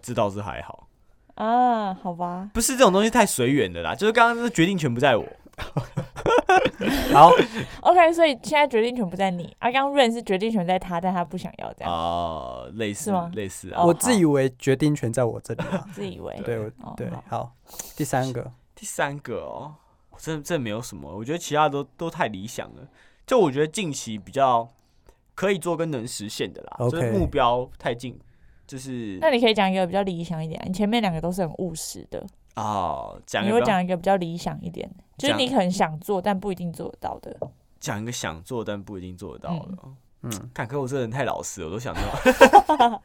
Speaker 3: 这倒是还好，嗯
Speaker 2: 啊，好吧，
Speaker 3: 不是这种东西太随缘的啦，就是刚刚那决定权不在我，
Speaker 1: 好，
Speaker 2: OK，所以现在决定权不在你，阿刚润是决定权在他，但他不想要这样，
Speaker 3: 啊、类似
Speaker 2: 是吗
Speaker 3: 类似啊。
Speaker 2: 哦
Speaker 1: 我
Speaker 2: 好
Speaker 1: 自以为决定权在我这里啊。
Speaker 2: 自以为。
Speaker 1: 对，我
Speaker 2: 哦
Speaker 1: 对
Speaker 2: 好，
Speaker 1: 好，第三个，
Speaker 3: 第三个哦，我真的真的没有什么，我觉得其他都都太理想了。就我觉得近期比较可以做跟能实现的啦。
Speaker 1: OK
Speaker 3: 就是目标太近，就是
Speaker 2: 那你可以讲一个比较理想一点啊，你前面两个都是很务实的，
Speaker 3: 啊，讲
Speaker 2: 你
Speaker 3: 一
Speaker 2: 会
Speaker 3: 个
Speaker 2: 讲一个比较理想一点，就是
Speaker 3: 讲
Speaker 2: 你很想做但不一定做得到的。
Speaker 3: 讲一个想做但不一定做得到的。
Speaker 1: 嗯，
Speaker 3: 看，可我这个人太老实了，我都想 到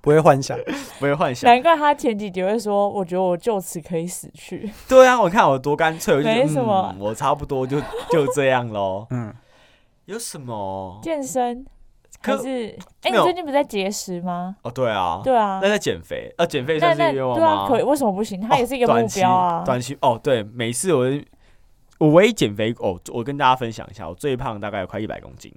Speaker 1: 不会幻想，。
Speaker 3: 不会幻想。
Speaker 2: 难怪他前几集会说，我觉得我就此可以死 去。
Speaker 3: 对啊，我看我多干脆，我就觉得
Speaker 2: 没什么
Speaker 3: 嗯，我差不多就 就这样喽
Speaker 1: 嗯，
Speaker 3: 有什么？
Speaker 2: 健身还
Speaker 3: 可
Speaker 2: 是？哎、
Speaker 3: 没
Speaker 2: 你
Speaker 3: 有
Speaker 2: 最近不是在节食吗？
Speaker 3: 哦，对啊，
Speaker 2: 对啊
Speaker 3: 那，在减肥，呃，减
Speaker 2: 那
Speaker 3: 肥算是一
Speaker 2: 那
Speaker 3: 个愿望
Speaker 2: 对
Speaker 3: 吗？
Speaker 2: 啊，可以为什么不行？它也是一个
Speaker 3: 哦短
Speaker 2: 目
Speaker 3: 期
Speaker 2: 标啊。
Speaker 3: 短期哦，对，每次我我唯一减肥哦，我跟大家分享一下，我最胖大概有快一百公斤，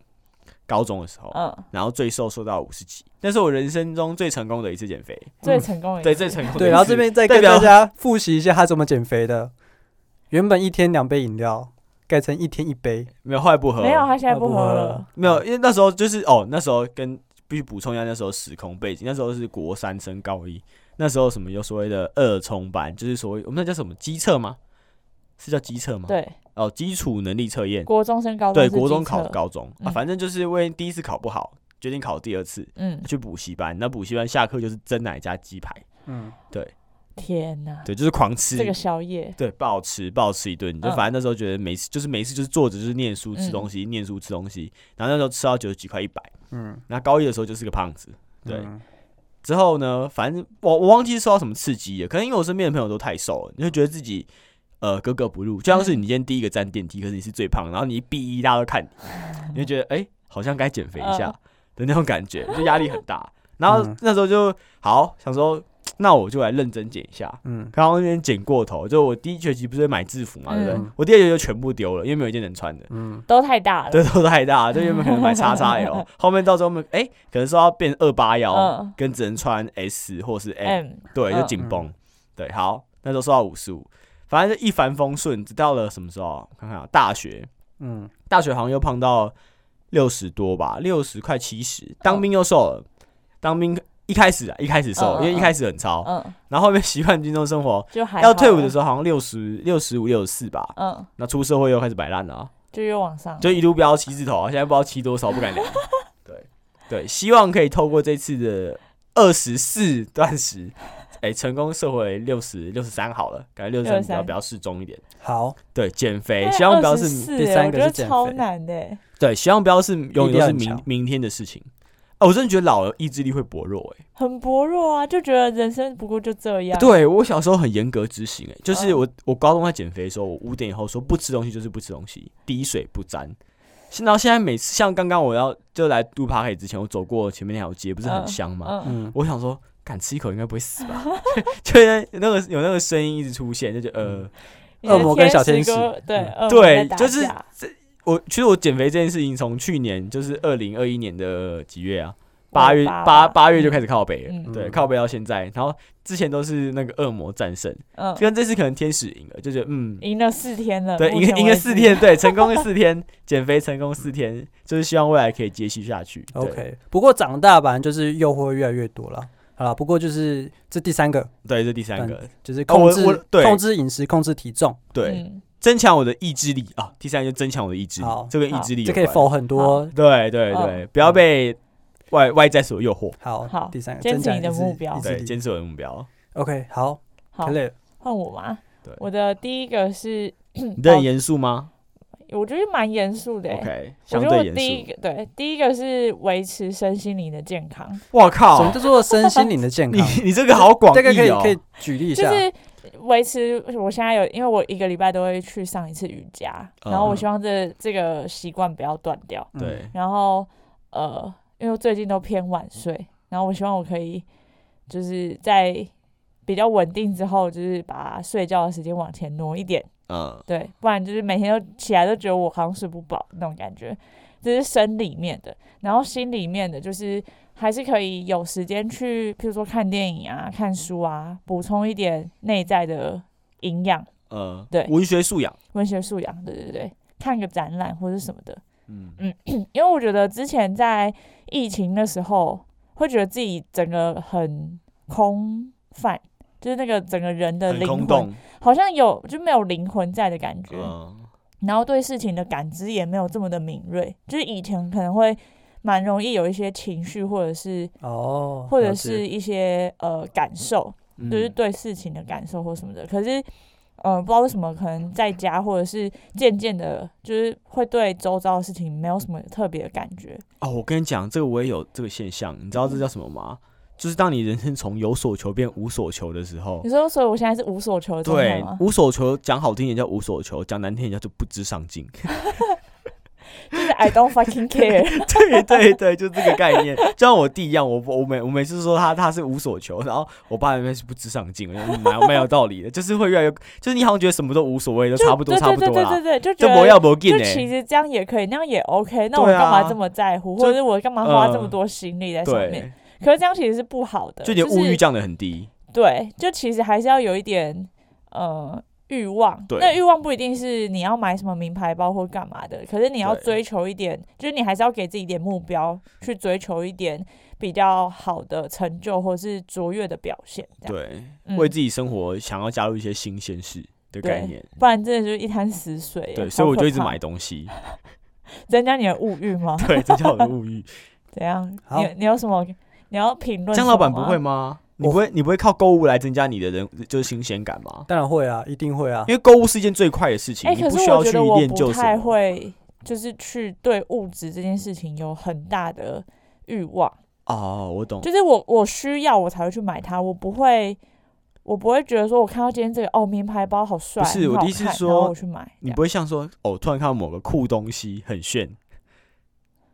Speaker 3: 高中的时候，
Speaker 2: 嗯，
Speaker 3: 然后最瘦瘦到五十几，那是我人生中最成功的一次减肥，
Speaker 2: 最成功的一
Speaker 3: 对，
Speaker 2: 次
Speaker 3: 最成功的一次。
Speaker 1: 对，然后这边再
Speaker 3: 代
Speaker 1: 跟大
Speaker 3: 表
Speaker 1: 家复习一下他怎么减肥的。原本一天两杯饮料，改成一天一杯。
Speaker 3: 没有后来哦不喝，
Speaker 2: 没有，他现在不
Speaker 1: 不
Speaker 2: 喝
Speaker 1: 喝
Speaker 2: 了
Speaker 1: 了。
Speaker 3: 没有，因为那时候就是哦，那时候跟必须补充一下那时候时空背景，那时候是国三升高一，那时候什么有所谓的二冲班，就是所谓我们那叫什么机测吗？是叫机测吗？，
Speaker 2: 对，
Speaker 3: 哦，基础能力测验，
Speaker 2: 国中升高中
Speaker 3: 对，
Speaker 2: 是
Speaker 3: 国中
Speaker 2: 机
Speaker 3: 考
Speaker 2: 测，
Speaker 3: 高中啊，
Speaker 2: 嗯
Speaker 3: 反正就是因为第一次考不好，决定考第二次，
Speaker 2: 嗯，
Speaker 3: 去补习班。那补习班下课就是蒸奶加鸡排，
Speaker 1: 嗯，
Speaker 2: 天哪，
Speaker 3: 对，就是狂吃
Speaker 2: 这，个宵夜，
Speaker 3: 对，暴吃暴吃一顿。就
Speaker 2: 嗯
Speaker 3: 反正那时候觉得没事，就是没事，就是坐着就是念书吃东西，念书吃东西。然后那时候吃到九十几块一百，
Speaker 1: 嗯，
Speaker 3: 那高一的时候就是个胖子。对，
Speaker 1: 嗯
Speaker 3: 之后呢，反正我我忘记是受到什么刺激了，可能因为我身边的朋友都太瘦了，你就觉得自己呃格格不入，就像是你今天第一个站电梯，可是你是最胖，然后你一闭一大家都看你，你就觉得哎、诶好像该减肥一下的那种感觉，就压力很大。然后
Speaker 1: 嗯
Speaker 3: 那时候就好想说，那我就来认真减一下。
Speaker 1: 嗯，
Speaker 3: 刚刚那边减过头，就我第一学期不是会买制服嘛，对不对
Speaker 1: 嗯？
Speaker 3: 我第二学期就全部丢了，因为没有一件能穿的。
Speaker 1: 嗯，
Speaker 2: 都太大了。
Speaker 3: 对，都太大了，就原本可能 买 XXL，后面到时候我们哎、可能说要变二八幺
Speaker 2: 嗯，
Speaker 3: 跟只能穿 S 或是 M，
Speaker 2: 嗯，
Speaker 3: 对，就
Speaker 2: 嗯
Speaker 3: 紧绷。对，好，那时候瘦到五十五，反正就一帆风顺，直到了什么时候？我看看啊，大学，
Speaker 1: 嗯，
Speaker 3: 大学好像又胖到六十多吧，六十快七十。
Speaker 2: 嗯
Speaker 3: 当兵又瘦了，当兵一开始啊，一开始瘦，
Speaker 2: 嗯嗯
Speaker 3: 因为一开始很糙，
Speaker 2: 嗯，
Speaker 3: 然后后面 习惯军中生活，
Speaker 2: 就还
Speaker 3: 哦
Speaker 2: 啊
Speaker 3: 要退伍的
Speaker 2: 候，
Speaker 3: 时候好像六十六十五、六十四吧。
Speaker 2: 嗯，
Speaker 3: 那出社会又开始摆烂了、啊。
Speaker 2: 就又往上，
Speaker 3: 就一路飙七字头啊，现在不知道七多少，不敢量。对对，希望可以透过这次的二十四断食，哎、成功瘦回六十六十三好了，感觉六十三比较
Speaker 2: 63
Speaker 3: 比较适中一点。
Speaker 1: 好，
Speaker 3: 对，减
Speaker 2: 哎
Speaker 3: 肥，哎希望不要是
Speaker 1: 第
Speaker 2: 第
Speaker 1: 三个
Speaker 2: 欸我
Speaker 1: 是
Speaker 2: 觉
Speaker 1: 减
Speaker 2: 得超
Speaker 1: 肥
Speaker 2: 难的。欸
Speaker 3: 对，希望不要是永
Speaker 1: 力量
Speaker 3: 远都是
Speaker 1: 很
Speaker 3: 明
Speaker 1: 强
Speaker 3: 明天的事情。啊，我真的觉得老了意志力会薄弱、哎。
Speaker 2: 很薄弱啊，就觉得人生不过就这样。，
Speaker 3: 对我小时候很严格执行、哎，就是
Speaker 2: 嗯
Speaker 3: 我、我高中在减肥的时候，我五点以后说不吃东西就是不吃东西，滴水不沾。现到现在每次像刚刚我要就来杜帕黑之前，我走过前面那条街，不是很
Speaker 2: 嗯
Speaker 3: 香吗？
Speaker 2: 嗯，
Speaker 1: 嗯，
Speaker 3: 我想说，敢吃一口应该不会死吧？ 就是那个有那个声音一直出现，就觉得
Speaker 2: 嗯
Speaker 3: 呃，
Speaker 2: 你的
Speaker 1: 恶魔跟小天使
Speaker 2: 哥对
Speaker 1: 嗯
Speaker 2: 恶魔
Speaker 3: 对
Speaker 2: 在打
Speaker 3: 就是
Speaker 2: 架
Speaker 3: 我其实我减肥这件事情从去年就是二零二一年的几月啊，
Speaker 2: 八
Speaker 3: 八月八
Speaker 2: 吧
Speaker 3: 八月就开始靠北了，
Speaker 2: 嗯
Speaker 3: 对，
Speaker 1: 嗯
Speaker 3: 靠北到现在，然后之前都是那个恶魔战胜，
Speaker 2: 嗯，
Speaker 3: 跟这次可能天使赢了，就觉得嗯，
Speaker 2: 赢了四天了，
Speaker 3: 对，
Speaker 2: 目
Speaker 3: 赢
Speaker 2: 前
Speaker 3: 赢了
Speaker 2: 为
Speaker 3: 四
Speaker 2: 止，
Speaker 3: 天， 对，成功了四天，减肥成功四天，就是希望未来可以接续下去。对
Speaker 1: OK，不过长大吧，就是诱惑越来越多了。好了，不过就是这第三个，
Speaker 3: 对，这第三个，
Speaker 1: 就是
Speaker 3: 哦
Speaker 1: 控
Speaker 3: 我
Speaker 1: 制、
Speaker 3: 我对
Speaker 1: 控制饮食、控制体重，
Speaker 3: 对，
Speaker 2: 嗯，
Speaker 3: 增强我的意志力啊，第三个就增强我的意志力
Speaker 1: 好，
Speaker 3: 这跟意志力
Speaker 1: 这
Speaker 3: 有
Speaker 1: 可以
Speaker 3: 关
Speaker 1: 否很多。
Speaker 3: 对对对，
Speaker 2: 嗯
Speaker 3: 不要被外外在所诱惑，
Speaker 1: 好，
Speaker 2: 好
Speaker 1: 第三个
Speaker 2: 坚持
Speaker 1: 增加
Speaker 2: 你的
Speaker 1: 意志
Speaker 2: 目标
Speaker 1: 意志
Speaker 3: 对，
Speaker 1: 力
Speaker 3: 坚持我的目标，
Speaker 1: OK，好，
Speaker 2: 好
Speaker 1: 可，以，
Speaker 2: 换我嘛
Speaker 3: 对。
Speaker 2: 我的第一个是，
Speaker 3: 你这很严肃吗
Speaker 2: 我觉得蛮严肃的欸。
Speaker 3: ？OK，
Speaker 2: 我
Speaker 3: 相
Speaker 2: 觉得
Speaker 3: 对
Speaker 2: 我第一
Speaker 3: 严
Speaker 2: 个对第一个是维持身心灵的健康，
Speaker 3: 肃。我
Speaker 1: 什么
Speaker 3: 靠
Speaker 1: 叫，做身心灵的健
Speaker 3: 哦 你
Speaker 1: 康？
Speaker 3: 你这个好广
Speaker 1: 这个可
Speaker 3: 义
Speaker 1: 以
Speaker 3: 哦
Speaker 1: 可。以举例一
Speaker 2: 就
Speaker 1: 下，
Speaker 2: 是维持。我现在有，因为我一个礼拜都会去上一次瑜伽，
Speaker 3: 嗯
Speaker 2: 然后我希望这这个习惯不要断掉。
Speaker 1: 嗯
Speaker 3: 对，
Speaker 2: 然后呃，因为我最近都偏晚睡，然后我希望我可以就是在比较稳定之后，就是把睡觉的时间往前挪一点，
Speaker 3: 嗯，
Speaker 2: 对，不然就是每天都起来都觉得我好像睡不饱那种感觉，这是生里面的，然后心里面的就是还是可以有时间去，譬如说看电影啊、看书啊，补充一点内在的营养、
Speaker 3: 呃，
Speaker 2: 对
Speaker 3: 文学素养，
Speaker 2: 文学素养，对对对，看个展览或者什么的，
Speaker 3: 嗯，
Speaker 2: 因为我觉得之前在疫情的时候，会觉得自己整个很空泛，就是那个整个人的
Speaker 3: 很
Speaker 2: 灵
Speaker 3: 空
Speaker 2: 魂
Speaker 3: 洞，
Speaker 2: 好像有就没有灵魂在的感觉，
Speaker 3: 嗯，
Speaker 2: 然后对事情的感知也没有这么的敏锐，就是以前可能会蛮容易有一些情绪，或者是
Speaker 1: 哦，
Speaker 2: 或者
Speaker 3: 了解
Speaker 2: 是一些呃感受，
Speaker 3: 嗯
Speaker 2: 就是对事情的感受或什么的。可是，呃，不知道为什么，可能在家或者是渐渐的，就是会对周遭的事情没有什么特别的感觉。
Speaker 3: 哦，我跟你讲，这个我也有这个现象，你知道这
Speaker 2: 嗯
Speaker 3: 叫什么吗？就是当你人生从有所求变无所求的时候
Speaker 2: 你，说，所以我现在是无所求的状态
Speaker 3: 对
Speaker 2: 吗，？
Speaker 3: 无所求讲好听点叫无所求，讲难听点叫做不知上进。
Speaker 2: 就是 I don't fucking care。
Speaker 3: 对对对，就这个概念，就像我弟一样，我我每我每次说他他是无所求，然后我爸那边是不知上进，我觉得嗯蛮蛮有道理的，就是会越来越，就是你好像觉得什么都无所谓，都
Speaker 2: 就
Speaker 3: 差不多
Speaker 2: 对
Speaker 3: 差不
Speaker 2: 对
Speaker 3: 多
Speaker 2: 对
Speaker 3: 啦
Speaker 2: 对，对，对就
Speaker 3: 就
Speaker 2: 觉
Speaker 3: 不
Speaker 2: 得
Speaker 3: 要不欸进
Speaker 2: 就其
Speaker 3: 呢。
Speaker 2: 实这样也可以，那样也 OK。那我
Speaker 3: 对啊
Speaker 2: 干嘛这么在乎，
Speaker 3: 就
Speaker 2: 或者是我干嘛花这么多心力在上面？
Speaker 3: 对，
Speaker 2: 可是这样其实是不好的，
Speaker 3: 嗯就你的物欲
Speaker 2: 就是
Speaker 3: 降得很低，
Speaker 2: 对，就其实还是要有一点呃欲望。
Speaker 3: 对
Speaker 2: 那欲望不一定是你要买什么名牌包或干嘛的，可是你要
Speaker 3: 对
Speaker 2: 追求一点，就是你还是要给自己一点目标，去追求一点比较好的成就或是卓越的表现。这样，
Speaker 3: 对，
Speaker 2: 嗯
Speaker 3: 为自己生活想要加入一些新鲜事的概
Speaker 2: 对
Speaker 3: 念。
Speaker 2: 不然真的就是一滩死水。
Speaker 3: 对，
Speaker 2: 好
Speaker 3: 所以我就一直
Speaker 2: 可怕
Speaker 3: 买，东西，
Speaker 2: 增加你的物欲吗？
Speaker 3: 对，增加我的物欲。
Speaker 2: 怎样？
Speaker 1: 好
Speaker 2: 你你有什么？你要评论？
Speaker 3: 江老板不会？
Speaker 2: 啊
Speaker 3: 吗？你不会，你不会靠购物来增加你的人就是新鲜感吗？
Speaker 1: 当然会啊，一定会啊。
Speaker 3: 因为购物是一件最快的事情，
Speaker 2: 哎、
Speaker 3: 你
Speaker 2: 可
Speaker 3: 不
Speaker 2: 是
Speaker 3: 需
Speaker 2: 我
Speaker 3: 要
Speaker 2: 觉
Speaker 3: 去
Speaker 2: 得我
Speaker 3: 练就
Speaker 2: 不
Speaker 3: 什
Speaker 2: 太
Speaker 3: 么。
Speaker 2: 会，就是去对物质这件事情有很大的欲望，
Speaker 3: 哦，我懂。
Speaker 2: 就是我我需要我才会去买它，我不会。我不会觉得说，我看到今天这个哦，名牌包好帅，
Speaker 3: 不是
Speaker 2: 很
Speaker 3: 我
Speaker 2: 好
Speaker 3: 的意思是
Speaker 2: 看
Speaker 3: 说
Speaker 2: 然后我去买，
Speaker 3: 你
Speaker 2: 这样
Speaker 3: 不会像说哦，突然看到某个酷东西很炫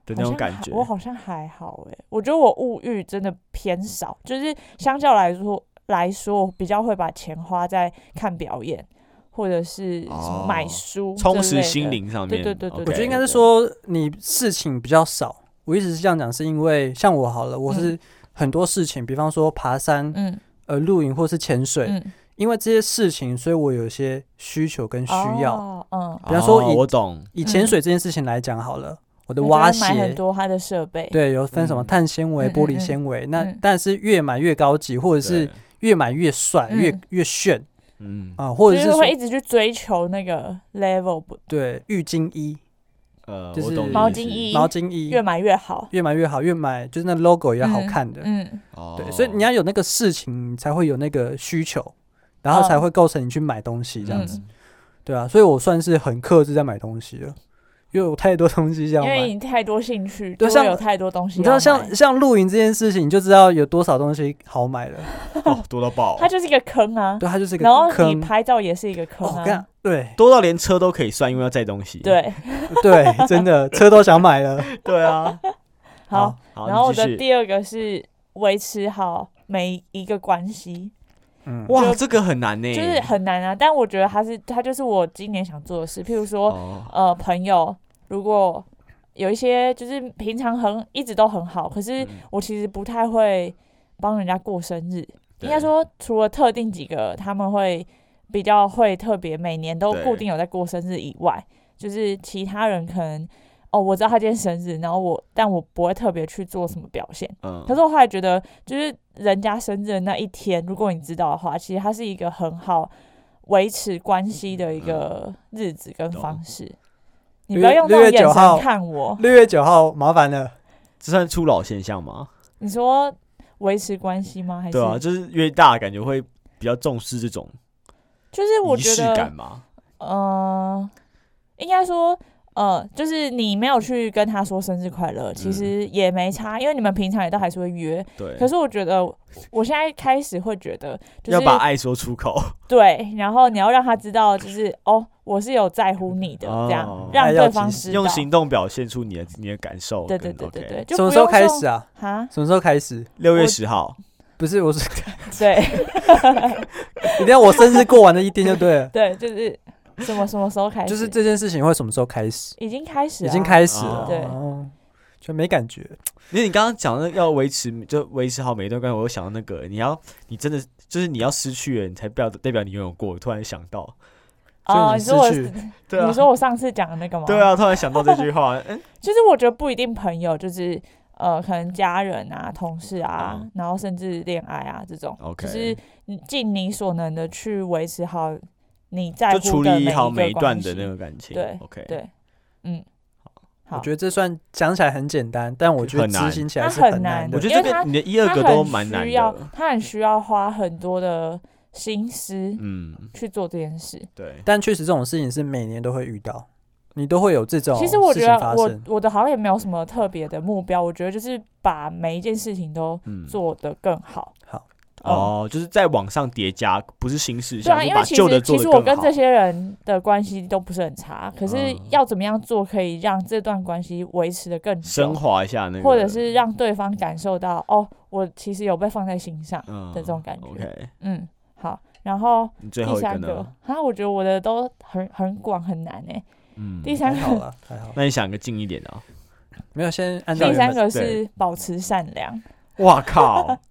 Speaker 3: 的那
Speaker 2: 好
Speaker 3: 种
Speaker 2: 像
Speaker 3: 感
Speaker 2: 还
Speaker 3: 觉。
Speaker 2: 我好像还好诶、我觉得我物欲真的偏少，就是相较来说来说，我比较会把钱花在看表演或者是什么买
Speaker 3: 哦
Speaker 2: 书之类的，
Speaker 3: 充实心灵上面，
Speaker 2: 对对对对
Speaker 1: 我
Speaker 3: OK
Speaker 1: 觉得应该
Speaker 2: 对
Speaker 1: 是说你事情比较少。我一直是这样讲，是因为像我好了，我是很多事情，比方说爬山、
Speaker 2: 嗯，
Speaker 1: 呃露营或是潜水，
Speaker 2: 嗯
Speaker 1: 因为这些事情，所以我有一些需求跟需要。
Speaker 2: 哦、嗯，
Speaker 1: 比方说
Speaker 3: 哦
Speaker 1: 以
Speaker 3: 我懂，
Speaker 1: 以
Speaker 2: 嗯
Speaker 1: 潜水这件事情来讲好了，我的
Speaker 2: 我
Speaker 1: 蛙
Speaker 2: 觉得买很
Speaker 1: 鞋，
Speaker 2: 多它的设备，
Speaker 1: 对，有分什么
Speaker 3: 嗯
Speaker 1: 碳纤维、
Speaker 2: 嗯嗯
Speaker 1: 玻璃
Speaker 2: 嗯
Speaker 1: 纤维，那
Speaker 2: 嗯
Speaker 1: 但是越买越高级，或者是
Speaker 3: 对
Speaker 1: 越买越帅、越
Speaker 2: 嗯
Speaker 1: 越炫
Speaker 3: 嗯
Speaker 1: 啊，或
Speaker 2: 就
Speaker 1: 者是
Speaker 2: 是
Speaker 1: 说
Speaker 2: 会一直去追求那个 level，不
Speaker 1: 对浴巾衣、
Speaker 3: 呃，
Speaker 1: 就是
Speaker 3: 我懂你的意思
Speaker 2: 毛巾
Speaker 1: 毛巾
Speaker 2: 衣
Speaker 1: 衣
Speaker 2: 越买越好。
Speaker 1: 越买越好，越买就是那 logo 也要好
Speaker 2: 嗯
Speaker 1: 看的，
Speaker 2: 嗯，
Speaker 3: 哦，
Speaker 1: 对，所以你要有那个事情，你才会有那个需求，然后才
Speaker 2: 哦
Speaker 1: 会构成你去买东西这样子，
Speaker 2: 嗯
Speaker 1: 对啊，所以我算是很克制在买东西了，因为有太多东西要
Speaker 2: 因为
Speaker 1: 买。
Speaker 2: 你太多兴趣，
Speaker 1: 对
Speaker 2: 就
Speaker 1: 像
Speaker 2: 会有太多东西
Speaker 1: 你
Speaker 2: 要买。
Speaker 1: 知道像像露营这件事情，你就知道有多少东西好买 了。
Speaker 3: 哦，多到爆，
Speaker 2: 它嗯就是一个坑啊，
Speaker 1: 对，它就是一
Speaker 2: 然后
Speaker 1: 个坑
Speaker 2: 你。拍照也是一个坑
Speaker 1: 哦，我跟你
Speaker 2: 啊
Speaker 1: 讲，，对
Speaker 3: 多到连车都可以算，因为要载东西。
Speaker 2: 对，
Speaker 1: 对， 真的车都想买 了。
Speaker 3: 对啊。
Speaker 2: 好。，
Speaker 3: 好
Speaker 2: 然后我
Speaker 3: 你继
Speaker 2: 的
Speaker 3: 续
Speaker 2: 第二个是维持好每一个关系，
Speaker 1: 嗯，
Speaker 3: 哇，
Speaker 2: 就
Speaker 3: 这个很难呢，
Speaker 2: 就是很难啊，但我觉得它是它就是我今年想做的事，譬如说
Speaker 3: 哦，
Speaker 2: 呃朋友，如果有一些就是平常很一直都很好，可是
Speaker 3: 嗯
Speaker 2: 我其实不太会帮人家过生日。应
Speaker 3: 对
Speaker 2: 该说，除了特定几个他们会比较会特别每年都
Speaker 3: 对
Speaker 2: 固定有在过生日以外，就是其他人可能哦，我知道他今天生日，然后我但我不会特别去做什么表现。
Speaker 3: 嗯，
Speaker 2: 可是我后来觉得，就是人家生日的那一天，如果你知道的话，其实它是一个很好维持关系的一
Speaker 3: 嗯
Speaker 2: 个日子跟方式。你不要用
Speaker 1: 六
Speaker 2: 那
Speaker 1: 月
Speaker 2: 种
Speaker 1: 九
Speaker 2: 眼
Speaker 1: 号
Speaker 2: 神看我。
Speaker 1: 六月九号麻烦了。
Speaker 3: 这算初老现象吗？
Speaker 2: 你说维持关系吗？还是
Speaker 3: 对啊，就是越大感觉会比较重视这种
Speaker 2: 就是我
Speaker 3: 仪
Speaker 2: 觉
Speaker 3: 式
Speaker 2: 得
Speaker 3: 感，嘛。
Speaker 2: 呃，应该说，呃，就是你没有去跟他说生日快乐，其实也没差，因为你们平常也都还是会约。
Speaker 3: 嗯对，
Speaker 2: 可是我觉得，我现在开始会觉得，就是
Speaker 3: 要把爱说出口。
Speaker 2: 对，然后你要让他知道，就是哦，我是有在乎你的，这样、
Speaker 3: 哦
Speaker 1: 爱
Speaker 2: 让
Speaker 1: 要
Speaker 2: 对
Speaker 1: 及
Speaker 2: 方
Speaker 1: 时
Speaker 2: 知道。
Speaker 3: 用行动表现出你的你的感受
Speaker 2: 对
Speaker 3: 跟。
Speaker 2: 对对对对，就
Speaker 1: 什么
Speaker 2: 不
Speaker 1: 时候
Speaker 2: 用
Speaker 1: 开
Speaker 2: 说
Speaker 1: 始啊？
Speaker 2: 哈？
Speaker 1: 什么时候开始？
Speaker 3: 六月
Speaker 2: 我
Speaker 3: 十号，
Speaker 1: 不是，我 是
Speaker 2: 对
Speaker 1: 一定要我生日过完的一天就对了。
Speaker 2: 对，就是什么什么时候开始？
Speaker 1: 就是这件事情会什么时候开始？
Speaker 2: 已经开始、啊，
Speaker 1: 已经开始了。
Speaker 3: 哦
Speaker 2: 对
Speaker 1: 哦，就没感觉。
Speaker 3: 因为你刚刚讲的要维持，就维持好每一段关系，我又想到那个，你要你真的就是你要失去了，你才表代表你拥有过。我突然想到，
Speaker 2: 哦，你说
Speaker 1: 所
Speaker 2: 我
Speaker 1: 以你失
Speaker 3: 对啊
Speaker 2: 你，说我上次讲的那个吗？
Speaker 3: 对，啊，突然想到这句话，嗯，
Speaker 2: 就是我觉得不一定朋友，就是呃，可能家人啊、同事啊，
Speaker 3: 嗯
Speaker 2: 然后甚至恋爱啊这种
Speaker 3: OK
Speaker 2: 就是你尽你所能的去维持好你在
Speaker 3: 就
Speaker 2: 乎
Speaker 3: 处
Speaker 2: 的每
Speaker 3: 理好
Speaker 2: 个
Speaker 3: 每一段
Speaker 2: 关
Speaker 3: 的
Speaker 2: 系
Speaker 3: 那个感情。
Speaker 2: 对
Speaker 3: ，OK，
Speaker 2: 对，嗯，好
Speaker 1: 我觉得这算讲起来很简单，但我觉得
Speaker 3: 很难
Speaker 1: 执行起来
Speaker 2: 它
Speaker 1: 是
Speaker 2: 很
Speaker 1: 很
Speaker 2: 难，
Speaker 1: 难
Speaker 3: 我
Speaker 1: 的
Speaker 3: 觉。得
Speaker 2: 因为
Speaker 3: 这个
Speaker 2: 它
Speaker 3: 你的一二
Speaker 2: 它
Speaker 3: 个
Speaker 2: 很
Speaker 3: 都蛮难
Speaker 2: 需要
Speaker 3: 的，
Speaker 2: 他很需要花很多的心思
Speaker 3: 嗯，
Speaker 2: 去做这件事。
Speaker 3: 对，
Speaker 1: 但确实这种事情是每年都会遇到，你都会有这
Speaker 3: 哦
Speaker 1: 种
Speaker 2: 其实我
Speaker 1: 事
Speaker 2: 觉
Speaker 1: 情
Speaker 2: 得
Speaker 1: 发
Speaker 2: 我
Speaker 1: 生。
Speaker 2: 我的好像也没有什么特别的目标，我觉得就是把每一件事情都
Speaker 3: 嗯，
Speaker 2: 做得更好。
Speaker 1: 好，
Speaker 3: 哦，就是在往上叠加，不是新事
Speaker 2: 对
Speaker 3: 项，
Speaker 2: 啊，
Speaker 3: 就
Speaker 2: 因为
Speaker 3: 把
Speaker 2: 其
Speaker 3: 旧的
Speaker 2: 实
Speaker 3: 做
Speaker 2: 其
Speaker 3: 得
Speaker 2: 实我
Speaker 3: 更
Speaker 2: 跟
Speaker 3: 好
Speaker 2: 这。些人的关系都不是很差，可是
Speaker 3: 嗯
Speaker 2: 要怎么样做可以让这段关系维持的更久
Speaker 3: 升，华一下那个，
Speaker 2: 或者是让对方感受到哦，我其实有被放在心上
Speaker 3: 嗯
Speaker 2: 的这种感觉。
Speaker 3: OK，
Speaker 2: 嗯，好，然后
Speaker 3: 你最
Speaker 2: 第
Speaker 3: 后一
Speaker 2: 三个
Speaker 3: 呢？，
Speaker 2: 哈，我觉得我的都很很广很难诶、
Speaker 3: 嗯，
Speaker 2: 第三
Speaker 1: 还好
Speaker 2: 个，
Speaker 1: 了，还好，
Speaker 3: 那你想个近一点的啊？
Speaker 1: 没有先按照
Speaker 2: 第
Speaker 1: 原
Speaker 2: 三
Speaker 1: 本。
Speaker 2: 个
Speaker 3: 对
Speaker 2: 是保持善良。
Speaker 3: 哇靠！